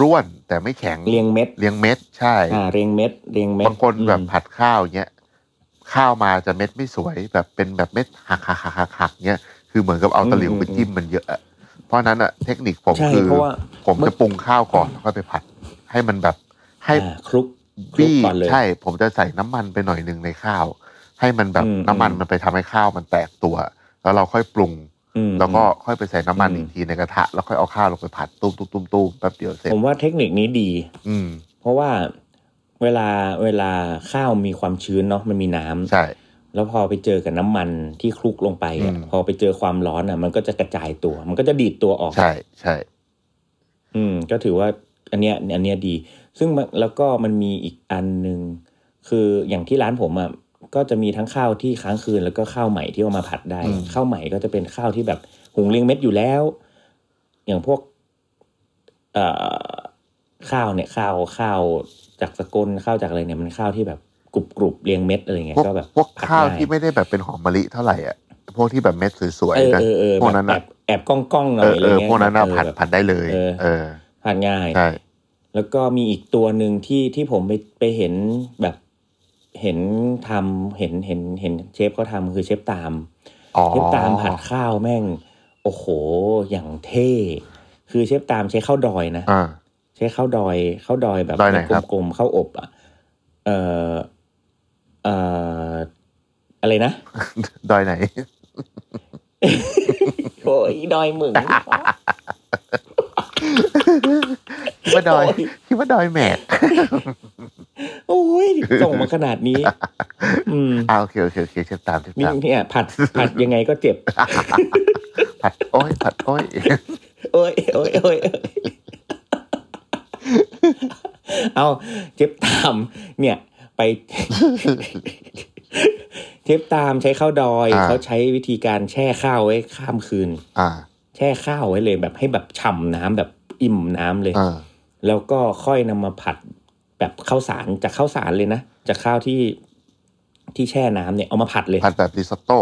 ร่วนแต่ไม่แข็ง เรียงเม็ด เลี้ยงเม็ด ใช่ อ่า เรียงเม็ด เรียงเม็ด บางคนแบบ อืม ผัดข้าวเงี้ย ข้าวมาจะเม็ดไม่สวย แบบเป็นแบบเม็ดหักหักหักหักหักเงี้ย คือเหมือนกับเอาตะหลิวไปจิ้มมันเยอะอะ เพราะฉะนั้นอ่ะเทคนิคผม ใช่ คือ เพราะว่า ผมจะปรุงข้าวก่อนแล้วค่อยไปผัด ให้มันแบบให้ อ่าคลุกคลุก บี้ ก่อนเลย ใช่ ผมจะใส่น้ำมันไปหน่อยหนึ่งในข้าว ให้มันแบบ อืม น้ำมัน อืม มันไปทำให้ข้าวมันแตกตัว แล้วเราค่อยปรุง อืม แล้วก็ค่อยไปใส่น้ำมัน อืม อีกทีในกระทะ แล้วค่อยเอาข้าวลงไปผัดตุ้มตุ้มตุ้มตุ้มแป๊บเดียวเสร็จ ผมว่าเทคนิคนี้ดี อืม เพราะว่าเวลาเวลาข้าวมีความชื้นเนาะมันมีน้ำ ใช่ แล้วพอไปเจอกับน้ำมันที่คลุกลงไปอะ อืม พอไปเจอความร้อนอ่ะ มันก็จะกระจายตัว มันก็จะดีดตัวออก ใช่ใช่ อืม ก็ถือว่าอันเนี้ยอันเนี้ยดี ซึ่งมันแล้วก็มันมีอีกอันหนึ่งคืออย่างที่ร้านผมอ่ะก็จะมีทั้งข้าวที่ค้างคืนแล้วก็ข้าวใหม่ที่เอามาผัดได้ข้าวใหม่ก็จะเป็นข้าวที่แบบหุงเลี้ยงเม็ดอยู่แล้ว อย่างพวก เอ่อข้าวเนี่ยข้าวข้าวจากสกลข้าวจากอะไรเนี่ยมันข้าวที่แบบกรุบกรุบๆเรียงเม็ดอะไรเงี้ย พวก ก็แบบ พวก ผัด ข้าว ง่ย ที่ไม่ได้แบบเป็นหอมมะลิเท่าไหร่อ่ะพวกที่แบบเม็ดสวย เออ ๆนะ เออเออ พวก แบ นั้ บ น แอ อ่ะ บแอบกล้องกล้องๆหน่ เอ อยอะไรอเออ เงี้ย พวกนั้นอ่ะ เออ ผัด แบบ ผัดได้เลย เออ เออ ผัดง่าย ใช่ แล้วก็มีอีกตัวหนึ่งที่ที่ผมไปไปเห็นแบบเห็นทำเห็นเห็นเห็นเชฟเขาทำคือเชฟตาม อ๋อ เชฟตามผัดข้าวแม่ง โอ้โห อย่างเท่คือเชฟตามใช้ข้าวดอยนะ อ่า ใช้ข้าวดอยข้าวดอยแบบ ดอยไหนครับ กลมๆข้าวอบอ่ะเอ่อเอ่ออะไรนะ ด อยไหน โอ้ยดอยหมึง คิดว่าดอย โอ้ย คิดว่าดอยแหมก โอ้ยส่งมาขนาดนี้ อืม อ้าวโอเคโอเคโอเคเชฟตามเชฟ มี ตาม เนี่ยผัดผัดยังไงก็เจ็บ ผัดโอ้ยผัดโอ้ย โอ้ยโอ้ยโอ้ยโอ้ยเอาเจ็บตามเนี่ย ไป เทปตามใช้ข้าวดอยเขาใช้วิธีการแช่ข้าวไว้ข้ามคืน อ่า แช่ข้าวไว้เลยแบบให้แบบฉ่ำน้ำแบบอิ่มน้ำเลย อ่า แล้วก็ค่อยนำมาผัดแบบข้าวสารจากข้าวสารเลยนะจากข้าวที่ที่แช่น้ำเนี่ยเอามาผัดเลย ผัดแบบริซอตโต้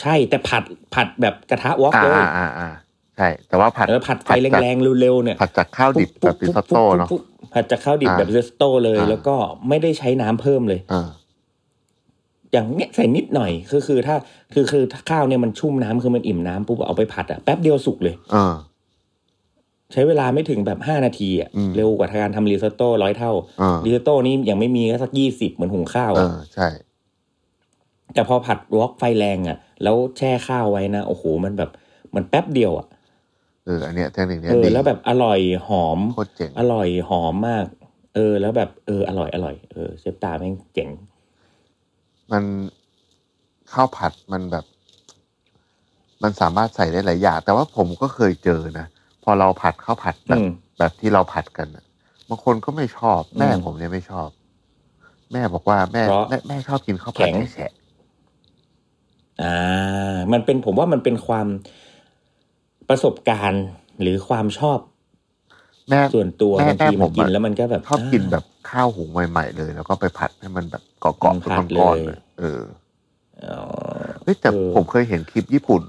ใช่แต่ผัดผัดแบบกระทะวอก อ่า เลย อ่าอ่าอ่าใช่ แต่ว่าผัด แล้วผัดไฟ จาก แรงๆเร็วๆเนี่ย ผัดจากข้าวดิบแบบริซอตโต้เนาะ ปุ๊บปุ๊บปุ๊บปุ๊บผัดจากข้าวดิบ อ่า แบบริซอตโต้เลย อ่า แล้วก็ไม่ได้ใช้น้ำเพิ่มเลย อ่า อย่างเนี้ยใส่นิดหน่อยคือคือถ้าคือคือถ้าข้าวเนี่ยมันชุ่มน้ำคือมันอิ่มน้ำปุ๊บเอาไปผัดอะแป๊บเดียวสุกเลย เออ ใช้เวลาไม่ถึงแบบห้านาทีอะ อืม เร็วกว่าการทำริซอตโต้ร้อยเท่า อ่า ริซอตโต้นี่ยังไม่มีก็สักยี่สิบเหมือนหุงข้าว เอ อะ อ ใช่ แต่พอผัดวอกไฟแรงอะแล้วแช่ข้าวไว้นะโอ้โหมันแบบมันแป๊บเดียวอะ เอออันเนี้ยเทคนิคเนี้ย เออ ดี แล้วแบบอร่อยหอม โคตรเจ๋ง อร่อยหอมมาก เออ แล้วแบบเอออร่อยอร่อยเออเชฟตาแม่งเจ๋ง มันข้าวผัดมันแบบ มันสามารถใส่ได้หลายอย่าง แต่ว่าผมก็เคยเจอนะ พอเราผัดข้าวผัดแบ อื บ ม แบบที่เราผัดกันน่ะบางคนก็ไม่ชอบ แม่ อืม ผมเนี่ยไม่ชอบ แม่บอกว่าแม่ เพราะ แม่แม่ชอบกินข้าวผัด แข็ง แฉะ อ่า มันเป็นผมว่ามันเป็นความประสบการณ์หรือความชอบ ๆแม่ ส่วนตัว แม่ บางที แม่ผ มั ม นกิน อะ แล้วมันก็แบบ ชอบกินา แบบข้าวหุงใหม่ ๆ เลย แล้วก็ไปผัดให้มันแบบเกาะๆเป็น ผัดเลย ก้อนๆเลยเออ อ๋อ เฮ้ยแต่ เออ ผมเคยเห็นคลิปญี่ปุ่น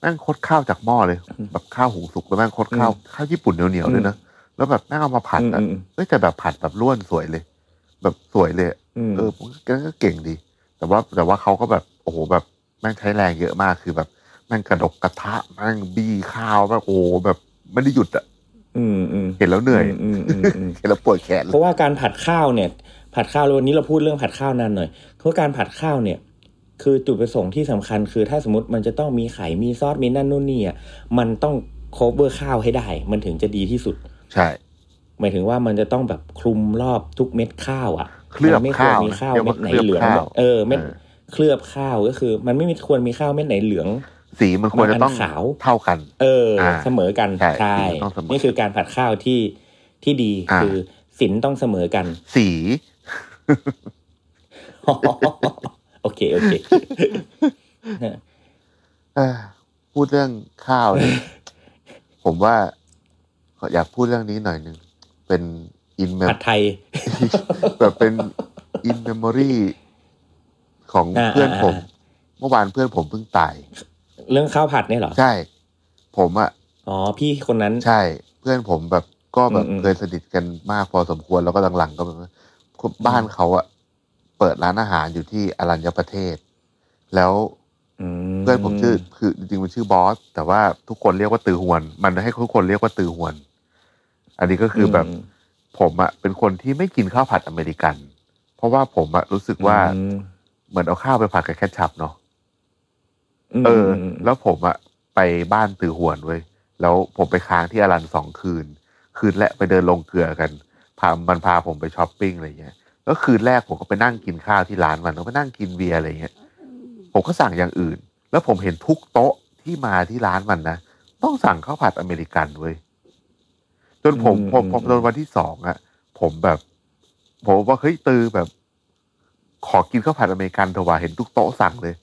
แม่งคดข้าวจากหม้อเลย แบบข้าวหุงสุกแล้วแม่งคดข้าวข้าวญี่ปุ่นเหนียวๆเลยนะแล้วแบบแม่งเอามาผัดอะ อืมอืมอืม เฮ้ยแต่แบบผัดแบบร่วนสวยเลย แบบสวยเลยอะ อืม เออผมก็เก่งดี แต่ว่าแต่ว่าเขาก็แบบโอ้โหแบบแม่งใช้แรงเยอะมากคือแบบแม่งกระดกกระทะแม่งบี้ข้าวแม่งโอ้โหแบบไม่ได้หยุดอะ อืมอืม เห็นแล้วเหนื่อย อืมอืมอืม เห็นแล้วปวดแขน เพราะว่าการผัดข้าวเนี่ย ผัดข้าวแล้ววันนี้เราพูดเรื่องผัดข้าวนานหน่อยเพราะการผัดข้าวเนี่ย คือจุดประสงค์ที่สำคัญคือถ้าสมมติมันจะต้องมีไข่มีซอสมีนั่นนู่นนี่อ่ะมันต้อง cover ข้าวให้ได้ มันถึงจะดีที่สุด ใช่ หมายถึงว่ามันจะต้องแบบคลุมรอบทุกเม็ดข้าวอ่ะ เคลือบ มันไม่ควรมีข้าว ข้าวนะ เม็ดไหน เรียกว่า เหลือง เคลือบข้าแบวบเออเม็ด เออ เคลือบข้าวก็คือ มันไม่มีควรมีข้าวเม็ดไหนเหลือง สีมันควรจะต้อง มันขาว เท่ากัน เออ อ่า เสมอกัน ใช่ต้องเสมอกัน นี่คือการผัดข้าวที่ที่ดี อ่า คือศีลต้องเสมอ กัน สี โอเค โอเค เอ้อพูดเรื่องข้าว เนี่ย ผมว่าขออยากพูดเรื่องนี้หน่อยหนึ่ง เป็นอิ นเม ผัดไทย แบบเป็นอินเมม r รีของ อ่า เพื่อน อ่า ผม อ่า เมื่อวานเพื่อนผมเพิ่งตาย เรื่องข้าวผัดเนี่ยเหรอ ใช่ ผมอ่ะ อ๋อ พี่คนนั้น ใช่ เพื่อนผมแบบก็แบบ อืมอืม เคยสนิทกันมากพอสมควรแล้วก็หลังๆก็แบบว่าบ้านเขาอ่ะ เปิดร้านอาหารอยู่ที่อรัญญประเทศ แล้ว ม เพื่อนผมชื่อคือจริงๆมันชื่อบอส แต่ว่าทุกคนเรียกว่าตือหวน มันให้ทุกคนเรียกว่าตือหวน อันนี้ก็คือแบบ อืม ผมอะเป็นคนที่ไม่กินข้าวผัดอเมริกัน เพราะว่าผมอะรู้สึกว่า อืม เหมือนเอาข้าวไปผัดกับแคชชัพเนาะเอออ ม แล้วผมอะไปบ้านตือหวนเว้ยแล้วผมไปค้างที่อรันสองคืน คืนแรกไปเดินลงเกลือกันพามันพาผมไปช้อปปิ้งอะไรเงี้ยแล้วคืนแรกผมก็ไปนั่งกินข้าวที่ร้านมันแล้วไปนั่งกินเบียร์อะไรเงี้ย ผมก็สั่งอย่างอื่น แล้วผมเห็นทุกโต๊ะที่มาที่ร้านมันนะต้องสั่งข้าวผัดอเมริกันเว้ยจนผมพอพอจนวันที่สองอะผมแบบ ผมว่าเฮ้ยตือแบบ ขอกินข้าวผัดอเมริกันเถอะว่าเห็นทุกโต๊ะสั่งเลย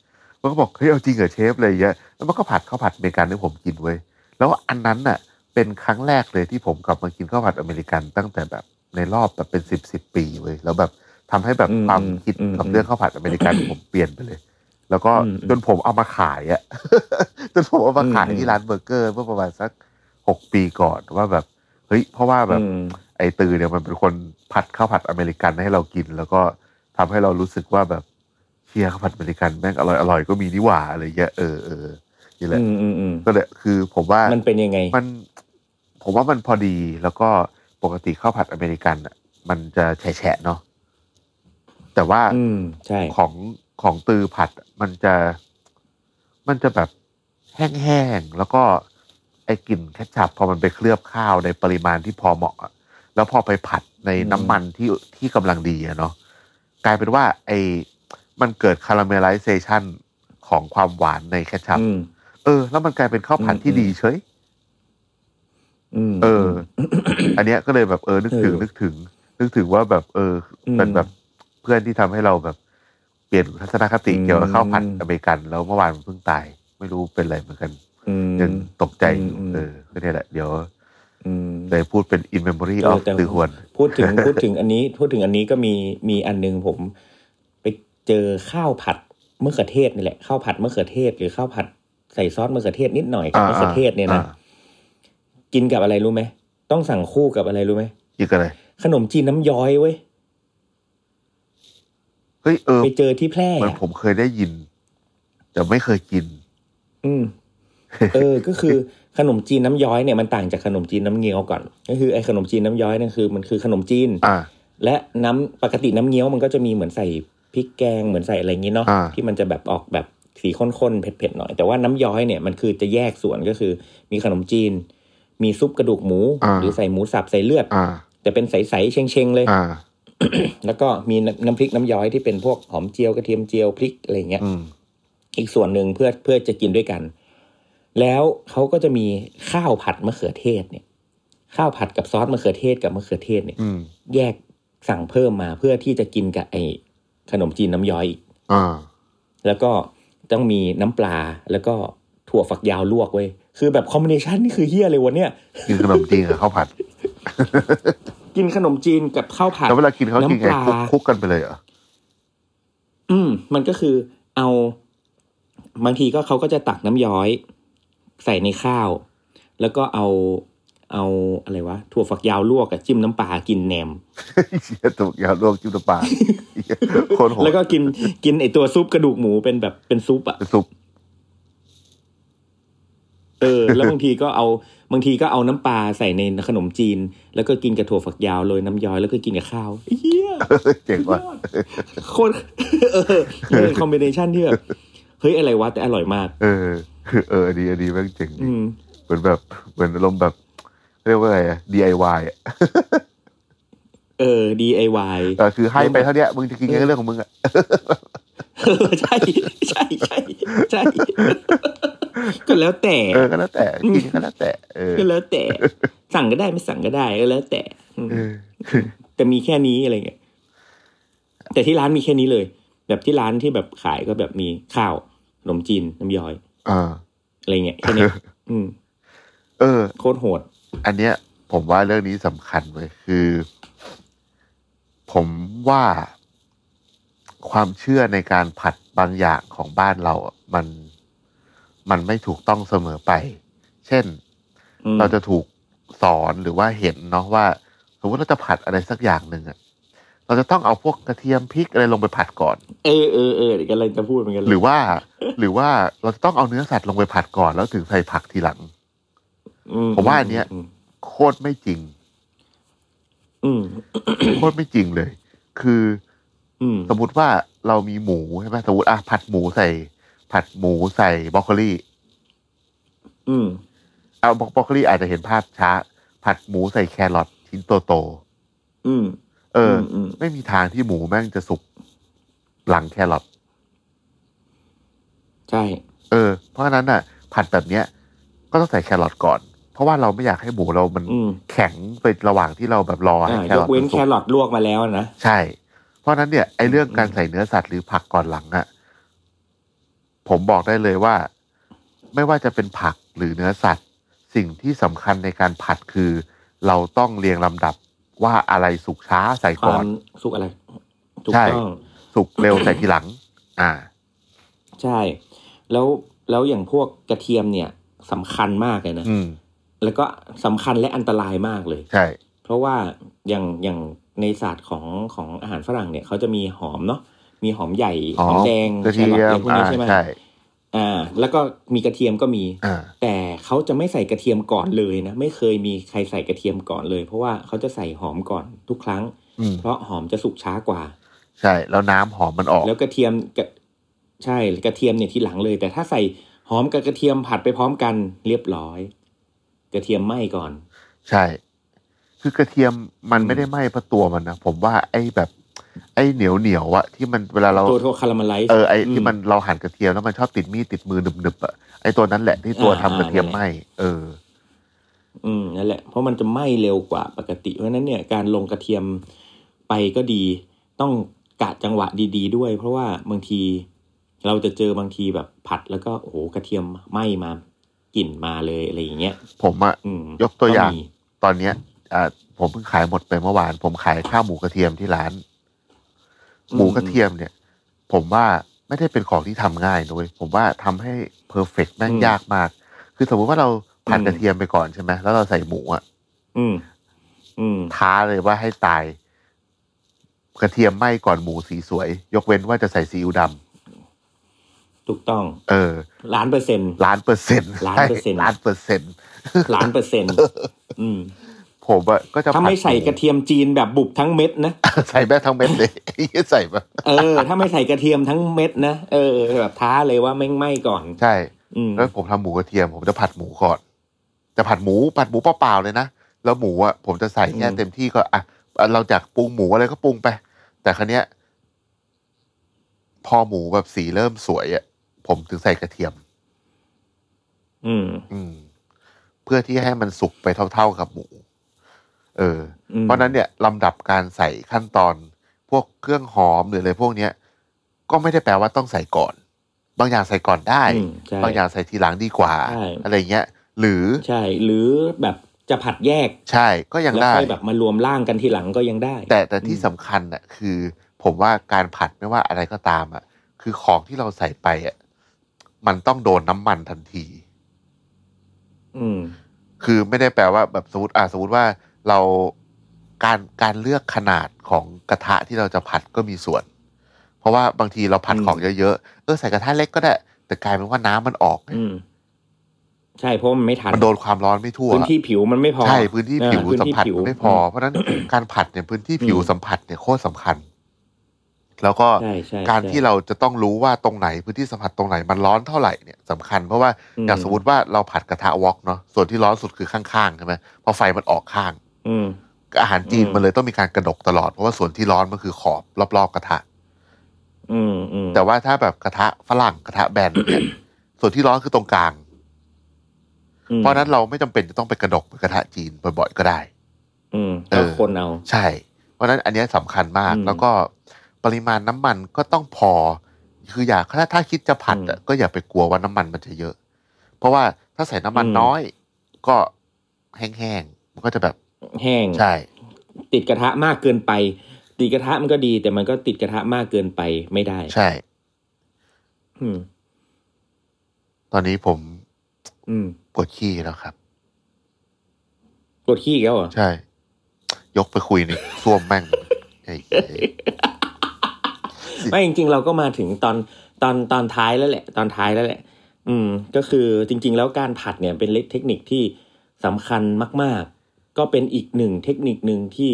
มันก็บอกเฮ้ยเอาจริงเหรอเชฟอะไรอย่างเงี้ยแล้วมันก็ผัดข้าวผัดอเมริกันให้ผมกินเว้ยแล้วอันนั้นน่ะ เป็นครั้งแรกเลยที่ผมกลับมากินข้าวผัดอเมริกันตั้งแต่แบบในรอบแบบเป็นสิบสิบปีเว้ยแล้วแบบทำให้แบบความคิดกับเรื่องข้าวผัดอเมริกัน ผมเปลี่ยนไปเลย แล้วก็ อืมอืม จนผมเอามาขายอะ จนผมเอามาขาย อืมอืม ที่ร้านเบอร์เกอร์เมื่อประมาณสักหกปีก่อนว่าแบบเฮ้ยเพราะว่าแบบ อืม ไอตือเนี่ยมันเป็นคนผัดข้าวผัดอเมริกันให้เรากิน แล้วก็ทำให้เรารู้สึกว่าแบบเชียร์ข้าวผัดอเมริกันแม่งอร่อยอร่อยก็มีนี่หว่าอะไรเงี้ยเออเออนี่แหละ อืมอืมอืม ก็เลยคือผมว่า มันเป็นยังไง มัน ผมว่ามันพอดีแล้วก็ปกติข้าวผัดอเมริกันอ่ะ มันจะแฉะๆเนาะแต่ว่า อืม ใช่ ของของตือผัดอะมันจะมันจะแบบแห้งๆ แล้วก็ไอ้กลิ่นแคชชัพพอมันไปเคลือบข้าวในปริมาณที่พอเหมาะอะแล้วพอไปผัดใน อืม น้ำมันที่ที่กำลังดีอะเนาะกลายเป็นว่า ไอ้มันเกิดคาราเมลไลเซชันของความหวานในแคชชัพ อืม เออ แล้วมันกลายเป็นข้าวผัด อืม ที่ อืม ดีเฉย อืม เอออ อันเนี้ยก็เลยแบบเออนึกถึง เออ นึกถึง นึกถึงว่าแบบ เอออ ม เป็นแบบเพื่อนที่ทำให้เราแบบ เปลี่ยนทัศนคติ อืม เกี่ยวกับข้าวผัดอเมริกันแล้วเมื่อวานมันเพิ่งตาย ไม่รู้เป็นอะไรเหมือนกัน อืม ยังตกใจอยู่ อืม เออก็เนี่ยแหละเดี๋ยว อืม เลยพูดเป็น in memory เออ of แต่ ตือหวน พูดถึ ง พูดถึงอันนี้ พูดถึงอันนี้ก็มี มีอันนึงผม ไปเจอข้าวผัดมะเขือเทศนี่แหละ ข้าวผัดมะเขือเทศ หรือข้าวผัดใส่ซอสมะเขือเทศนิดหน่อยกับ อ่าม มะเขือเทศเนี่ยนะ อ่า กินกับอะไรรู้ไหม ต้องสั่งคู่กับอะไรรู้ไหม อีกอะไร ขนมจีนน้ำย้อยเว้ย เฮ้ยเออ ไปเจอที่แพร่ เหมัน อะ ผมเคยได้ยิน แต่ไม่เคยกิน อืม เออ ก็คือขนมจีนน้ำย้อยเนี่ยมันต่างจากขนมจีนน้ำเงี้ยวก่อน ก็คือไอ้ขนมจีนน้ำย้อยนั่นคือมันคือขนมจีน อ่า และน้ำปกติน้ำเงี้ยวมันก็จะมีเหมือนใส่พริกแกงเหมือนใส่อะไรอย่างงี้เนาะ อ่า ที่มันจะแบบออกแบบสีข้นๆเผ็ดๆหน่อย แต่ว่าน้ำย้อยเนี่ยมันคือจะแยกส่วนก็คือ มีขนมจีน มีซุปกระดูกหมู อ่า หรือใส่หมูสับใส่เลือด อ่า แต่เป็นใสๆเชงๆเลย อ่า แล้วก็มีน้ำน้ำพริกน้ำย้อยที่เป็นพวกหอมเจียวกระเทียมเจียวพริกอะไรอย่างเงี้ย อืม อีกส่วนหนึ่งเพื่อเพื่อจะกินด้วยกัน แล้วเขาก็จะมีข้าวผัดมะเขือเทศเนี่ย ข้าวผัดกับซอสมะเขือเทศกับมะเขือเทศเนี่ย อืม แยกสั่งเพิ่มมาเพื่อที่จะกินกับไอ้ขนมจีนน้ำย้อยอีก อ่า แล้วก็ต้องมีน้ำปลาแล้วก็ถั่วฝักยาวลวกเว้ยคือแบบคอมบิเนชันนี่คือเฮี้ยเลยวันเนี้ย กินขนมจีนกับข้าวผัด กินขนมจีนกับข้าวผัด แล้วเวลากินเขากินน้ำปไงคลุ ลา กคลุกกันไปเลยเหรอ อืมมันก็คือเอาบางทีก็เขาก็จะตักน้ำย้อย ใส่ในข้าว แล้วก็เอา เอาอะไรวะถั่วฝักยาวลวกกับจิ้มน้ำปลากินแหนม เชี่ยถูกยาวลวกจิ้มน้ำปลาโคตรโหด แล้วก็กิน กินไอตัวซุปกระดูกหมูเป็นแบบเป็นซุปอ่ะ ซุป เออแล้ว บางทีก็เอาบางทีก็เอาน้ำปลาใส่ในขนมจีน แล้วก็กินกับถั่วฝักยาวโรยน้ำย้อยแล้วก็กินกับข้าวเฮีย เจ๋งว่ะ โคตร เออมันเป็นคอมบิเนชันที่แบบเฮ้ยอะไรวะแต่อร่อยมาก เออ เอออันนี้อันนี้แม่งเจ๋งดี อืม เหมือนแบบเหมือนอารมณ์แบบเรียกว่าอะไรอะ DIY อะ เออ DIY เออคือให้ไปเท่าเนี้ยมึงจะกินแค่เรื่องของมึงอะ เอ อใช่ใช่ใช่ใช่ ก็แล้วแต่ เออก็แล้วแต่กินก็แล้วแต่เออ ก็แล้วแต่ สั่งก็ได้ไม่สั่งก็ได้ก็แล้วแต่อืม เออ แต่มีแค่นี้อะไรเงี้ย แต่ที่ร้านมีแค่นี้เลย แบบที่ร้านที่แบบขายก็แบบมีข้าวขนมจีนน้ำย้อย อ่า อะไรเงี้ยแค่ เนี้ยอืม เออ โคตรโหด อันเนี้ย ผมว่าเรื่องนี้สำคัญเลยคือ ผมว่าความเชื่อในการผัดบางอย่างของบ้านเราอะมันมันไม่ถูกต้องเสมอไป เช่น อืม เราจะถูกสอนหรือว่าเห็นเนาะว่าสมมติเราจะผัดอะไรสักอย่างหนึ่งอะเราจะต้องเอาพวกกระเทียมพริกอะไรลงไปผัดก่อน เออเออเออเดี๋ยวกำลังจะพูดเหมือนกันเลย หรือว่า หรือว่าเราจะต้องเอาเนื้อสัตว์ลงไปผัดก่อนแล้วถึงใส่ผักทีหลัง อื ผมว่าอันเนี้ย อืม โคตรไม่จริง อืม โคตรไม่จริงเลย คือ อืม สมมติว่าเรามีหมูใช่ไหมสมมติอ่ะผัดหมูใส่ ผัดหมูใส่บรอกโคลี อืม เอาบรอกโคลีอาจจะเห็นภาพช้า ผัดหมูใส่แครอทชิ้นโตโต อืม ๆเอออ อืม ไม่มีทางที่หมูแม่งจะสุกหลังแครอท ใช่ เออ เพราะฉะนั้นน่ะ ผัดแบบเนี้ย ก็ต้องใส่แครอทก่อน เพราะว่าเราไม่อยากให้หมูเรามัน อืม แข็งไประหว่างที่เราแบบรอให้ อ่า แค ย รอก ท เว้ มัน น แค สุก รอทลวกมาแล้วนะ ใช่ เพราะฉะนั้นเนี่ยไอ้เรื่องการ อืม ใส่เนื้อสัตว์หรือผักก่อนหลังอะผมบอกได้เลยว่า ไม่ว่าจะเป็นผักหรือเนื้อสัตว์ สิ่งที่สำคัญในการผัดคือ เราต้องเรียงลำดับว่าอะไรสุกช้าใส่ ควา ก่อน มสุกอะไรถูก ใช่ ต้อง สุกเร็วใส่ทีหลัง อ่า ใช่ แล้วแล้วอย่างพวกกระเทียมเนี่ยสำคัญมากเลยนะ อืม แล้วก็สำคัญและอันตรายมากเลย ใช่ เพราะว่าอย่างอย่างในศาสตร์ของของอาหารฝรั่งเนี่ยเขาจะมีหอมเนาะมีหอมใหญ่หอมแดง กระเทีย แคอทอะไร ม พวกนี้ใช่ไหม ใช่ อ่า แล้วก็มีกระเทียมก็มี อ่า แต่เขาจะไม่ใส่กระเทียมก่อนเลยนะไม่เคยมีใครใส่กระเทียมก่อนเลย เพราะว่าเขาจะใส่หอมก่อนทุกครั้ง อืม เพราะหอมจะสุกช้ากว่า ใช่แล้วน้ำหอมมันออก แล้วกระเทียมกระใช่กระเทียมเนี่ยทีหลังเลย แต่ถ้าใส่หอมกับกระเทียมผัดไปพร้อมกันเรียบร้อย กระเทียมไหม้ก่อน ใช่ คือกระเทียมมัน อืม ไม่ได้ไหม้เพราะตัวมันนะผมว่าไอ้แบบ ไอ้เหนียวเหนียวๆอะที่มันเวลาเรา ตัวโทคาราเมลไลซ์ เออไอ้ที่มันเราหั่นกระเทียมแล้วมันชอบติดมีดติดมือหนึบๆอะไอ้ตัวนั้นแหละที่ตัว อ่า ทำกระเทียม อ่า ไหม้เออ อืมนั่นแหละเพราะมันจะไหม้เร็วกว่าปกติ เพราะฉะนั้นเนี่ยการลงกระเทียมไปก็ดี ต้องกะจังหวะดี ๆ ด้วย เพราะว่าบางทีเราจะเจอบางทีแบบผัดแล้วก็โอ้โหกระเทียมไหม้มากลิ่นมาเลยอะไรอย่างเงี้ย ผมอะ อืม ยกตัวอย่าง มี ตอนเนี้ยอ่าผมเพิ่งขายหมดไปเมื่อวาน ผมขายข้าวหมูกระเทียมที่ร้าน หมูกระเทียมเนี่ย ผมว่าไม่ได้เป็นของที่ทำง่ายนะเว้ยผมว่าทำให้เพอร์เฟกแม่งยากมาก คือสมมติว่าเราผัดกระเทียมไปก่อนใช่ไหมแล้วเราใส่หมูอะ อืม อืม ท้าเลยว่าให้ตาย กระเทียมไหม้ก่อนหมูสีสวย ยกเว้นว่าจะใส่ซีอิ๊วด ถูกต้อง ำเออ ล้านเปอร์เซ็นต์ ล้านเปอร์เซ็นต์ ล้านเปอร์เซ็นต์ ล้านเปอร์เซ็นต์ ล้านเปอร์เซ็นต์อืม ผมอะก็จะ ถ้าไม่ใส่กระ ผัดห เทียมจีนแบบบุบทั้งเม็ดนะ มูใส่แม่ทั้งเม็ดเลยไอ้เหี้ยใส่มา เออ ถ้าไม่ใส่กระเทียมทั้งเม็ดนะเออแบบท้าเลยว่าไม่งไหม้ก่อน ใช่ อืม แล้วผมทำหมูกระเทียมผมจะผัดหมูก่อน จะผัดหมูผัดหมูเปล่าๆเลยนะ แล้วหมูอ่ะผมจะใส่แค่ อืม เต็มที่ก็อ่ะอ่ะเราจากปรุงหมูอะไรก็ปรุงไป แต่ครั้เนี้ย พอหมูแบบสีเริ่มสวยอ่ะผมถึงใส่กระเทียม อืม อืม เพื่อที่ให้มันสุกไปเท่าๆกับหมู เออ อืม เพราะฉะนั้นเนี่ยลำดับการใส่ขั้นตอน พวกเครื่องหอมหรืออะไรพวกเนี้ย ก็ไม่ได้แปลว่าต้องใส่ก่อน บางอย่างใส่ก่อนได้ อืมใช่ บางอย่างใส่ทีหลังดีกว่า ใช่ อะไรเงี้ย หรือ ใช่ หรือแบบจะผัดแยก ใช่ก็ยัง แล้ว ได้ ค่อยแบบมารวมร่างกันทีหลังก็ยังได้ แต่แต่ที่ อืม สำคัญน่ะคือ ผมว่าการผัดไม่ว่าอะไรก็ตามอ่ะ คือของที่เราใส่ไปอ่ะมันต้องโดนน้ำมันทันที อืม คือไม่ได้แปลว่าแบบสมมติอ่าสมมติว่าเราการการเลือกขนาดของกระทะที่เราจะผัดก็มีส่วน เพราะว่าบางทีเราผัด อืม ของเยอะๆเออใส่กระทะเล็กก็ได้ แต่กลายเป็นว่าน้ำมันออก อืม ใช่เพราะมันไม่ทัน มันโดนความร้อนไม่ทั่ว พื้นที่ผิวมันไม่พอ ใช่พื้นที่ผิเออวพื้น สัม ที่ ผัส ผิว ไม่พอ เพราะฉะนั้น การผัดเนี่ยพื้นที่ผิว อืม สัมผัสเนี่ยโคตรสำคัญ แล้วก็ ใช่ใช่ การที่ ใช่ เราจะต้องรู้ว่าตรงไหนพื้นที่สัมผัสตรงไหนมันร้อนเท่าไหร่เนี่ยสำคัญเพราะว่า อืม อย่างสมมติว่าเราผัดกระทะวอกเนาะส่วนที่ร้อนสุดคือข้างๆใช่ไหมพอไฟมันออกข้าง อืม อาหารจีน อืม มันเลยต้องมีการกระดกตลอดเพราะว่าส่วนที่ร้อนมันคือขอบรอบๆกระทะ อืมอืม แต่ว่าถ้าแบบกระทะฝรั่งกระทะแบน เนี่ยส่วนที่ร้อนคือตรงกลาง อืม เพราะฉะนั้นเราไม่จำเป็นจะต้องไปกระดกเหมือนกระทะจีนบ่อยๆก็ได้ อืม เอ แล้ว อ คนเอา ใช่ เพราะฉะนั้นอันเนี้ยสำคัญมาก อืม แล้วก็ปริมาณน้ำมันก็ต้องพอ คืออย่าถ้าถ้าคิดจะผัดอะก็อย่าไปกลัวว่าน้ำมันมันจะเยอะ เพราะว่าถ้าใส่น้ำมัน อืม น้อย ก็แห้งๆมันก็จะแบบ แห้ง ใช่ ติดกระทะมากเกินไป ติดกระทะมันก็ดี แต่มันก็ติดกระทะมากเกินไปไม่ได้ ใช่ อืม ตอนนี้ผม อืม ปวดขี้แล้วครับ กดขี้อีกแล้วเหรอ ใช่ ยกไปคุยในซ่วมแม่งไอ้เหี้ย ไม่จริงๆ เราก็มาถึงตอนตอนตอนท้ายแล้วแหละ ตอนท้ายแล้วแหละ อืม ก็คือจริง ๆ แล้วการผัดเนี่ยเป็นเทคนิคที่สำคัญมาก ๆ ก็เป็นอีกหนึ่งเทคนิคหนึ่งที่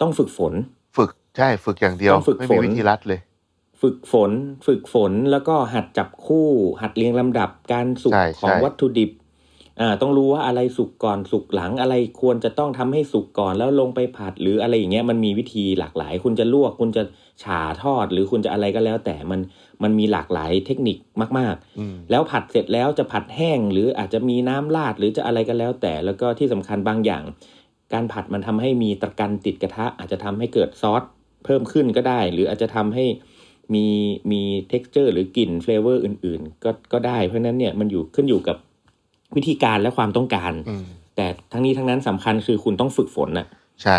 ต้องฝึกฝน ฝึกใช่ ฝึกอย่างเดียว ต้องฝึก ไม่ ฝ มี น วิธีรัดเลย ฝึกฝน ฝึกฝนแล้วก็หัดจับคู่ หัดเรียงลำดับการสุก ใช่ ของ ใช่ วัตถุดิบอ่าต้องรู้ว่าอะไรสุกก่อนสุกหลังอะไรควรจะต้องทำให้สุกก่อนแล้วลงไปผัดหรืออะไรอย่างเงี้ยมันมีวิธีหลากหลาย คุณจะลวกคุณจะฉาทอด หรือคุณจะอะไรก็แล้ว แต่มันมันมีหลากหลายเทคนิคมาก อืม ๆ แล้วผัดเสร็จแล้วจะผัดแห้ง หรืออาจจะมีน้ำราดหรือจะอะไรก็แล้วแต่แล้วก็ที่สำคัญบางอย่าง การผัดมันทำให้มีตะกันติดกระทะ อาจจะทำให้เกิดซอสเพิ่มขึ้นก็ได้ หรืออาจจะทำให้มีมี t e x t อร์ หรือกลิ่น f ฟ a v o r อื่น ๆ ก็ก็ได้เพราะฉะนั้นเนี่ยมันอยู่ขึ้นอยู่กับวิธีการและความต้องการ อืม แต่ทั้งนี้ทั้งนั้นสำคัญคือคุณต้องฝึกฝนน่ะ ใช่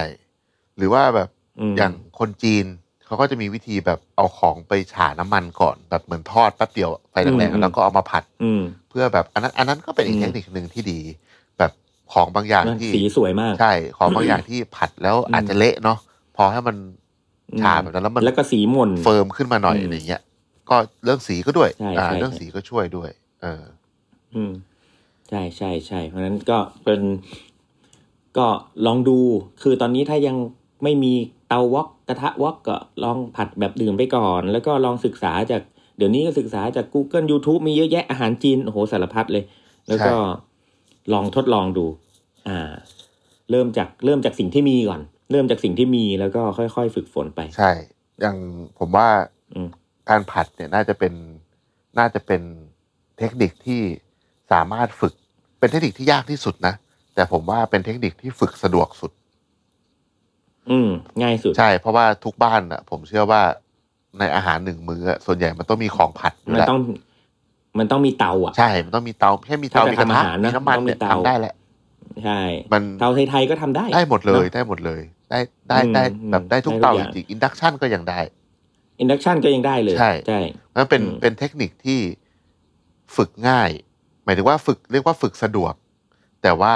หรือว่าแบบ ม อย่างคนจีนเขาก็จะมีวิธีแบบเอาของไปฉาน้ำมันก่อน แบบเหมือนทอดแป๊บเดียวไฟแรงๆแล้วก็เอามาผัด อืม เพื่อแบบอันนั้นอันนั้นก็เป็นอีก อืม เทคนิคหนึ่งที่ดี แบบของบางอย่าง นั่น ที่ สีสวยมาก ใช่ของบางอย่างที่ผัดแล้ว อืม อาจจะเละเนาะพอให้มัน อืม ฉาแบบนั้นแล้วมัน แล้วก็สีหม่น เฟิร์มขึ้นมาหน่อย อืม อะไรเงี้ยก็เรื่องสีก็ด้วย ใช่ อ่า ใช่ เรื่องสีก็ช่วยด้วย เออ อืมใช่ใช่ใช่เพราะฉะนั้นก็เป็นก็ลองดูคือตอนนี้ถ้ายังไม่มีเตาวอกกระทะวอกก็ลองผัดแบบดื่มไปก่อน แล้วก็ลองศึกษาจากเดี๋ยวนี้ก็ศึกษาจาก Google YouTube มีเยอะแยะอาหารจีนโอ้โหสารพัดเลย แล้วก็ ใช่ ลองทดลองดู อ่า เริ่มจากเริ่มจากสิ่งที่มีก่อน เริ่มจากสิ่งที่มีแล้วก็ค่อยๆ ฝึกฝนไป ใช่ อย่างผมว่า อืม การผัดเนี่ยน่าจะเป็นน่าจะเป็นเทคนิคที่สามารถฝึก เป็นเทคนิคที่ยากที่สุดนะ แต่ผมว่าเป็นเทคนิคที่ฝึกสะดวกสุด อืม ง่ายสุด ใช่ เพราะว่าทุกบ้านอ่ะ ผมเชื่อว่าในอาหารหนึ่งมื้ออะส่วนใหญ่มันต้องมีของผัดอยู่ มัน แล้ว ต้อง มันต้องมีเตาอ่ะ ใช่ มันต้องมีเตาแค่มีเตา ถ้าจะ มีกระ ทำ ทะ อาหารนะ มีน้ำมัน ต้องมี เนี่ย เตา ทำได้แหละ ใช่ มัน เตาไทยๆก็ทำได้ ได้หมดเลยได้หมดเลย ได้ได้ได้ อืม แบบได้ทุก ได้ทุก เตา อ จ ย่าง ริงอินดักชันก็ยังได้ อินดักชันก็ยังได้เลย ใช่ ใช่ มันเป็น อืม เป็นเทคนิคที่ฝึกง่าย หมายถึงว่าฝึกเรียกว่าฝึกสะดวก แต่ว่า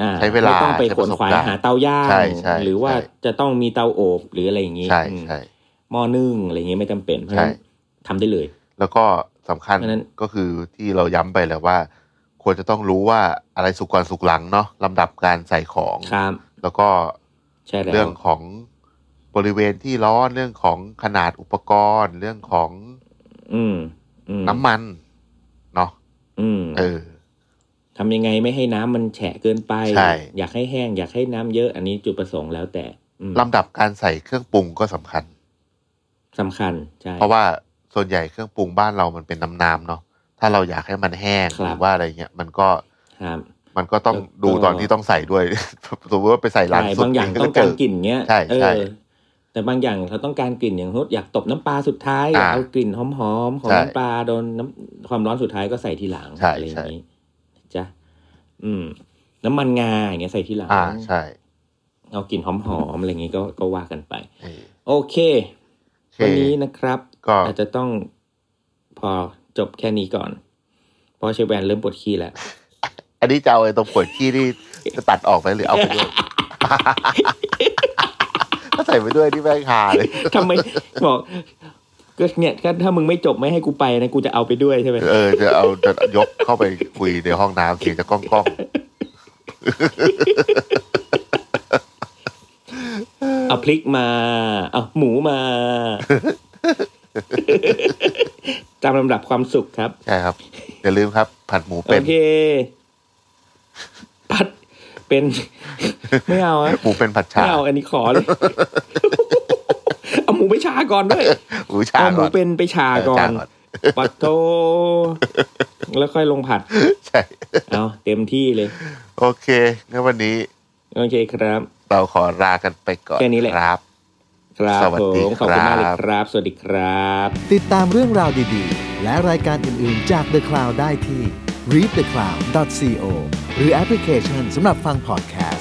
อ่า ใช้เวลา ไม่ต้องไป ใช้ ข ประ น สบ ขวาย การณ์ หาเตาย่าง ใช่ใช่ หรือว่า ใช่ จะต้องมีเตาโอบหรืออะไรอย่างนี้ ใช่ อืม ใช่ หม้อนึ่งอะไรอย่างนี้ไม่จำเป็นเพราะฉะนั้น ใช่ ทำได้เลย แล้วก็สำคัญ เพราะฉะนั้น ก็คือที่เราย้ำไปแล้วว่า ควรจะต้องรู้ว่าอะไรสุกก่อนสุกหลังเนาะลำดับการใส่ของ ครับ แล้วก็ ใช่แล้ว เรื่องของบริเวณที่ร้อนเรื่องของขนาดอุปกรณ์ เรื่องของ อืมอืม น้ำมันเนาะ อืม เออ ทำยังไงไม่ให้น้ำมันแฉะเกินไป ใช่ อยากให้แห้งอยากให้น้ำเยอะ อันนี้จุดประสงค์แล้วแต่อืม ลำดับการใส่เครื่องปรุงก็สำคัญ สำคัญใช่ เพราะว่าส่วนใหญ่เครื่องปรุงบ้านเรามันเป็นน้ำน้ำๆเนาะถ้าเราอยากให้มันแห้ง ครับ หรือว่าอะไรเงี้ยมันก็ ครับ มันก็ต้อง แล้วก็ ดูตอนที่ต้องใส่ด้วย สมมติว่าไปใส่ร้าน ใช่ สุด บางอย่าง ก็ ต้ จะ อง เจ การ อ กลิ่นเงี้ย ใช่ เออ ใช่ แต่บางอย่างเราต้องการกลิ่นอย่างสมมุดอยากตบน้ำปลาสุดท้ายอยากอ่าเอากลิ่นหอมๆของ ใช่ น้ำปลาโดนน้ำความร้อนสุดท้ายก็ใส่ทีหลัง ใช่ อะไรอย่า ใช่ งนี้จ้ะอืม น้ำมันงาอย่างเงี้ยใส่ทีหลัง อ่าใช่ เอากลิ่นหอมๆอะไรอย่างงี้ก็ก็ว่ากันไป เออ โอเค โอเค วันนี้นะครับ ก็ อาจจะต้องพอจบแค่นี้ก่อน เพราะเชฟแวนเริ่มปวดขี้แล้ว อันนี้จะเอาไอ้ตรงขวดขี้นี่จะตัดออกไปหรือเอาไปด้วย ถ้าใส่ไปด้วยนี่แม่งหาเลย ทำไมบอกก็เนี่ยก็ถ้ามึงไม่จบไม่ให้กูไปนะกูจะเอาไปด้วยใช่ไหม เออจะเอาจะยกเข้าไปคุยในห้องน้ำเสียงจะก้องก้อง เอาพริกมาเอาหมูมา ตามลำดับความสุขครับ ๆใช่ครับอย่าลืมครับ ผัดหมู โอ เป็น เค ปัดเป็น ไม่เอาอะ หมูเป็นผัดชา ไม่เอาอันนี้ขอเลย เอาหมูไปชาก่อนด้วย หมูชา เอาหมู ก่อน เป็นไปชาก่อ เชาน ปัดโต แล้วค่อยลงผัด ใช่ เอาเต็มที่เลย โอเคงั้นวันนี้ โอเคครับ เราขอลากันไปก่อน แค่นี้แหละ ครับ ครับ สวัส ผ ดี มขอบคุณมากเลย ครับ ครับ สวัสดีครับ ติดตามเรื่องราวดีๆ และรายการอื่น ๆ จาก The Cloud ได้ที่ readthecloud.co หรือแอปพลิเคชันสำหรับฟัง podcast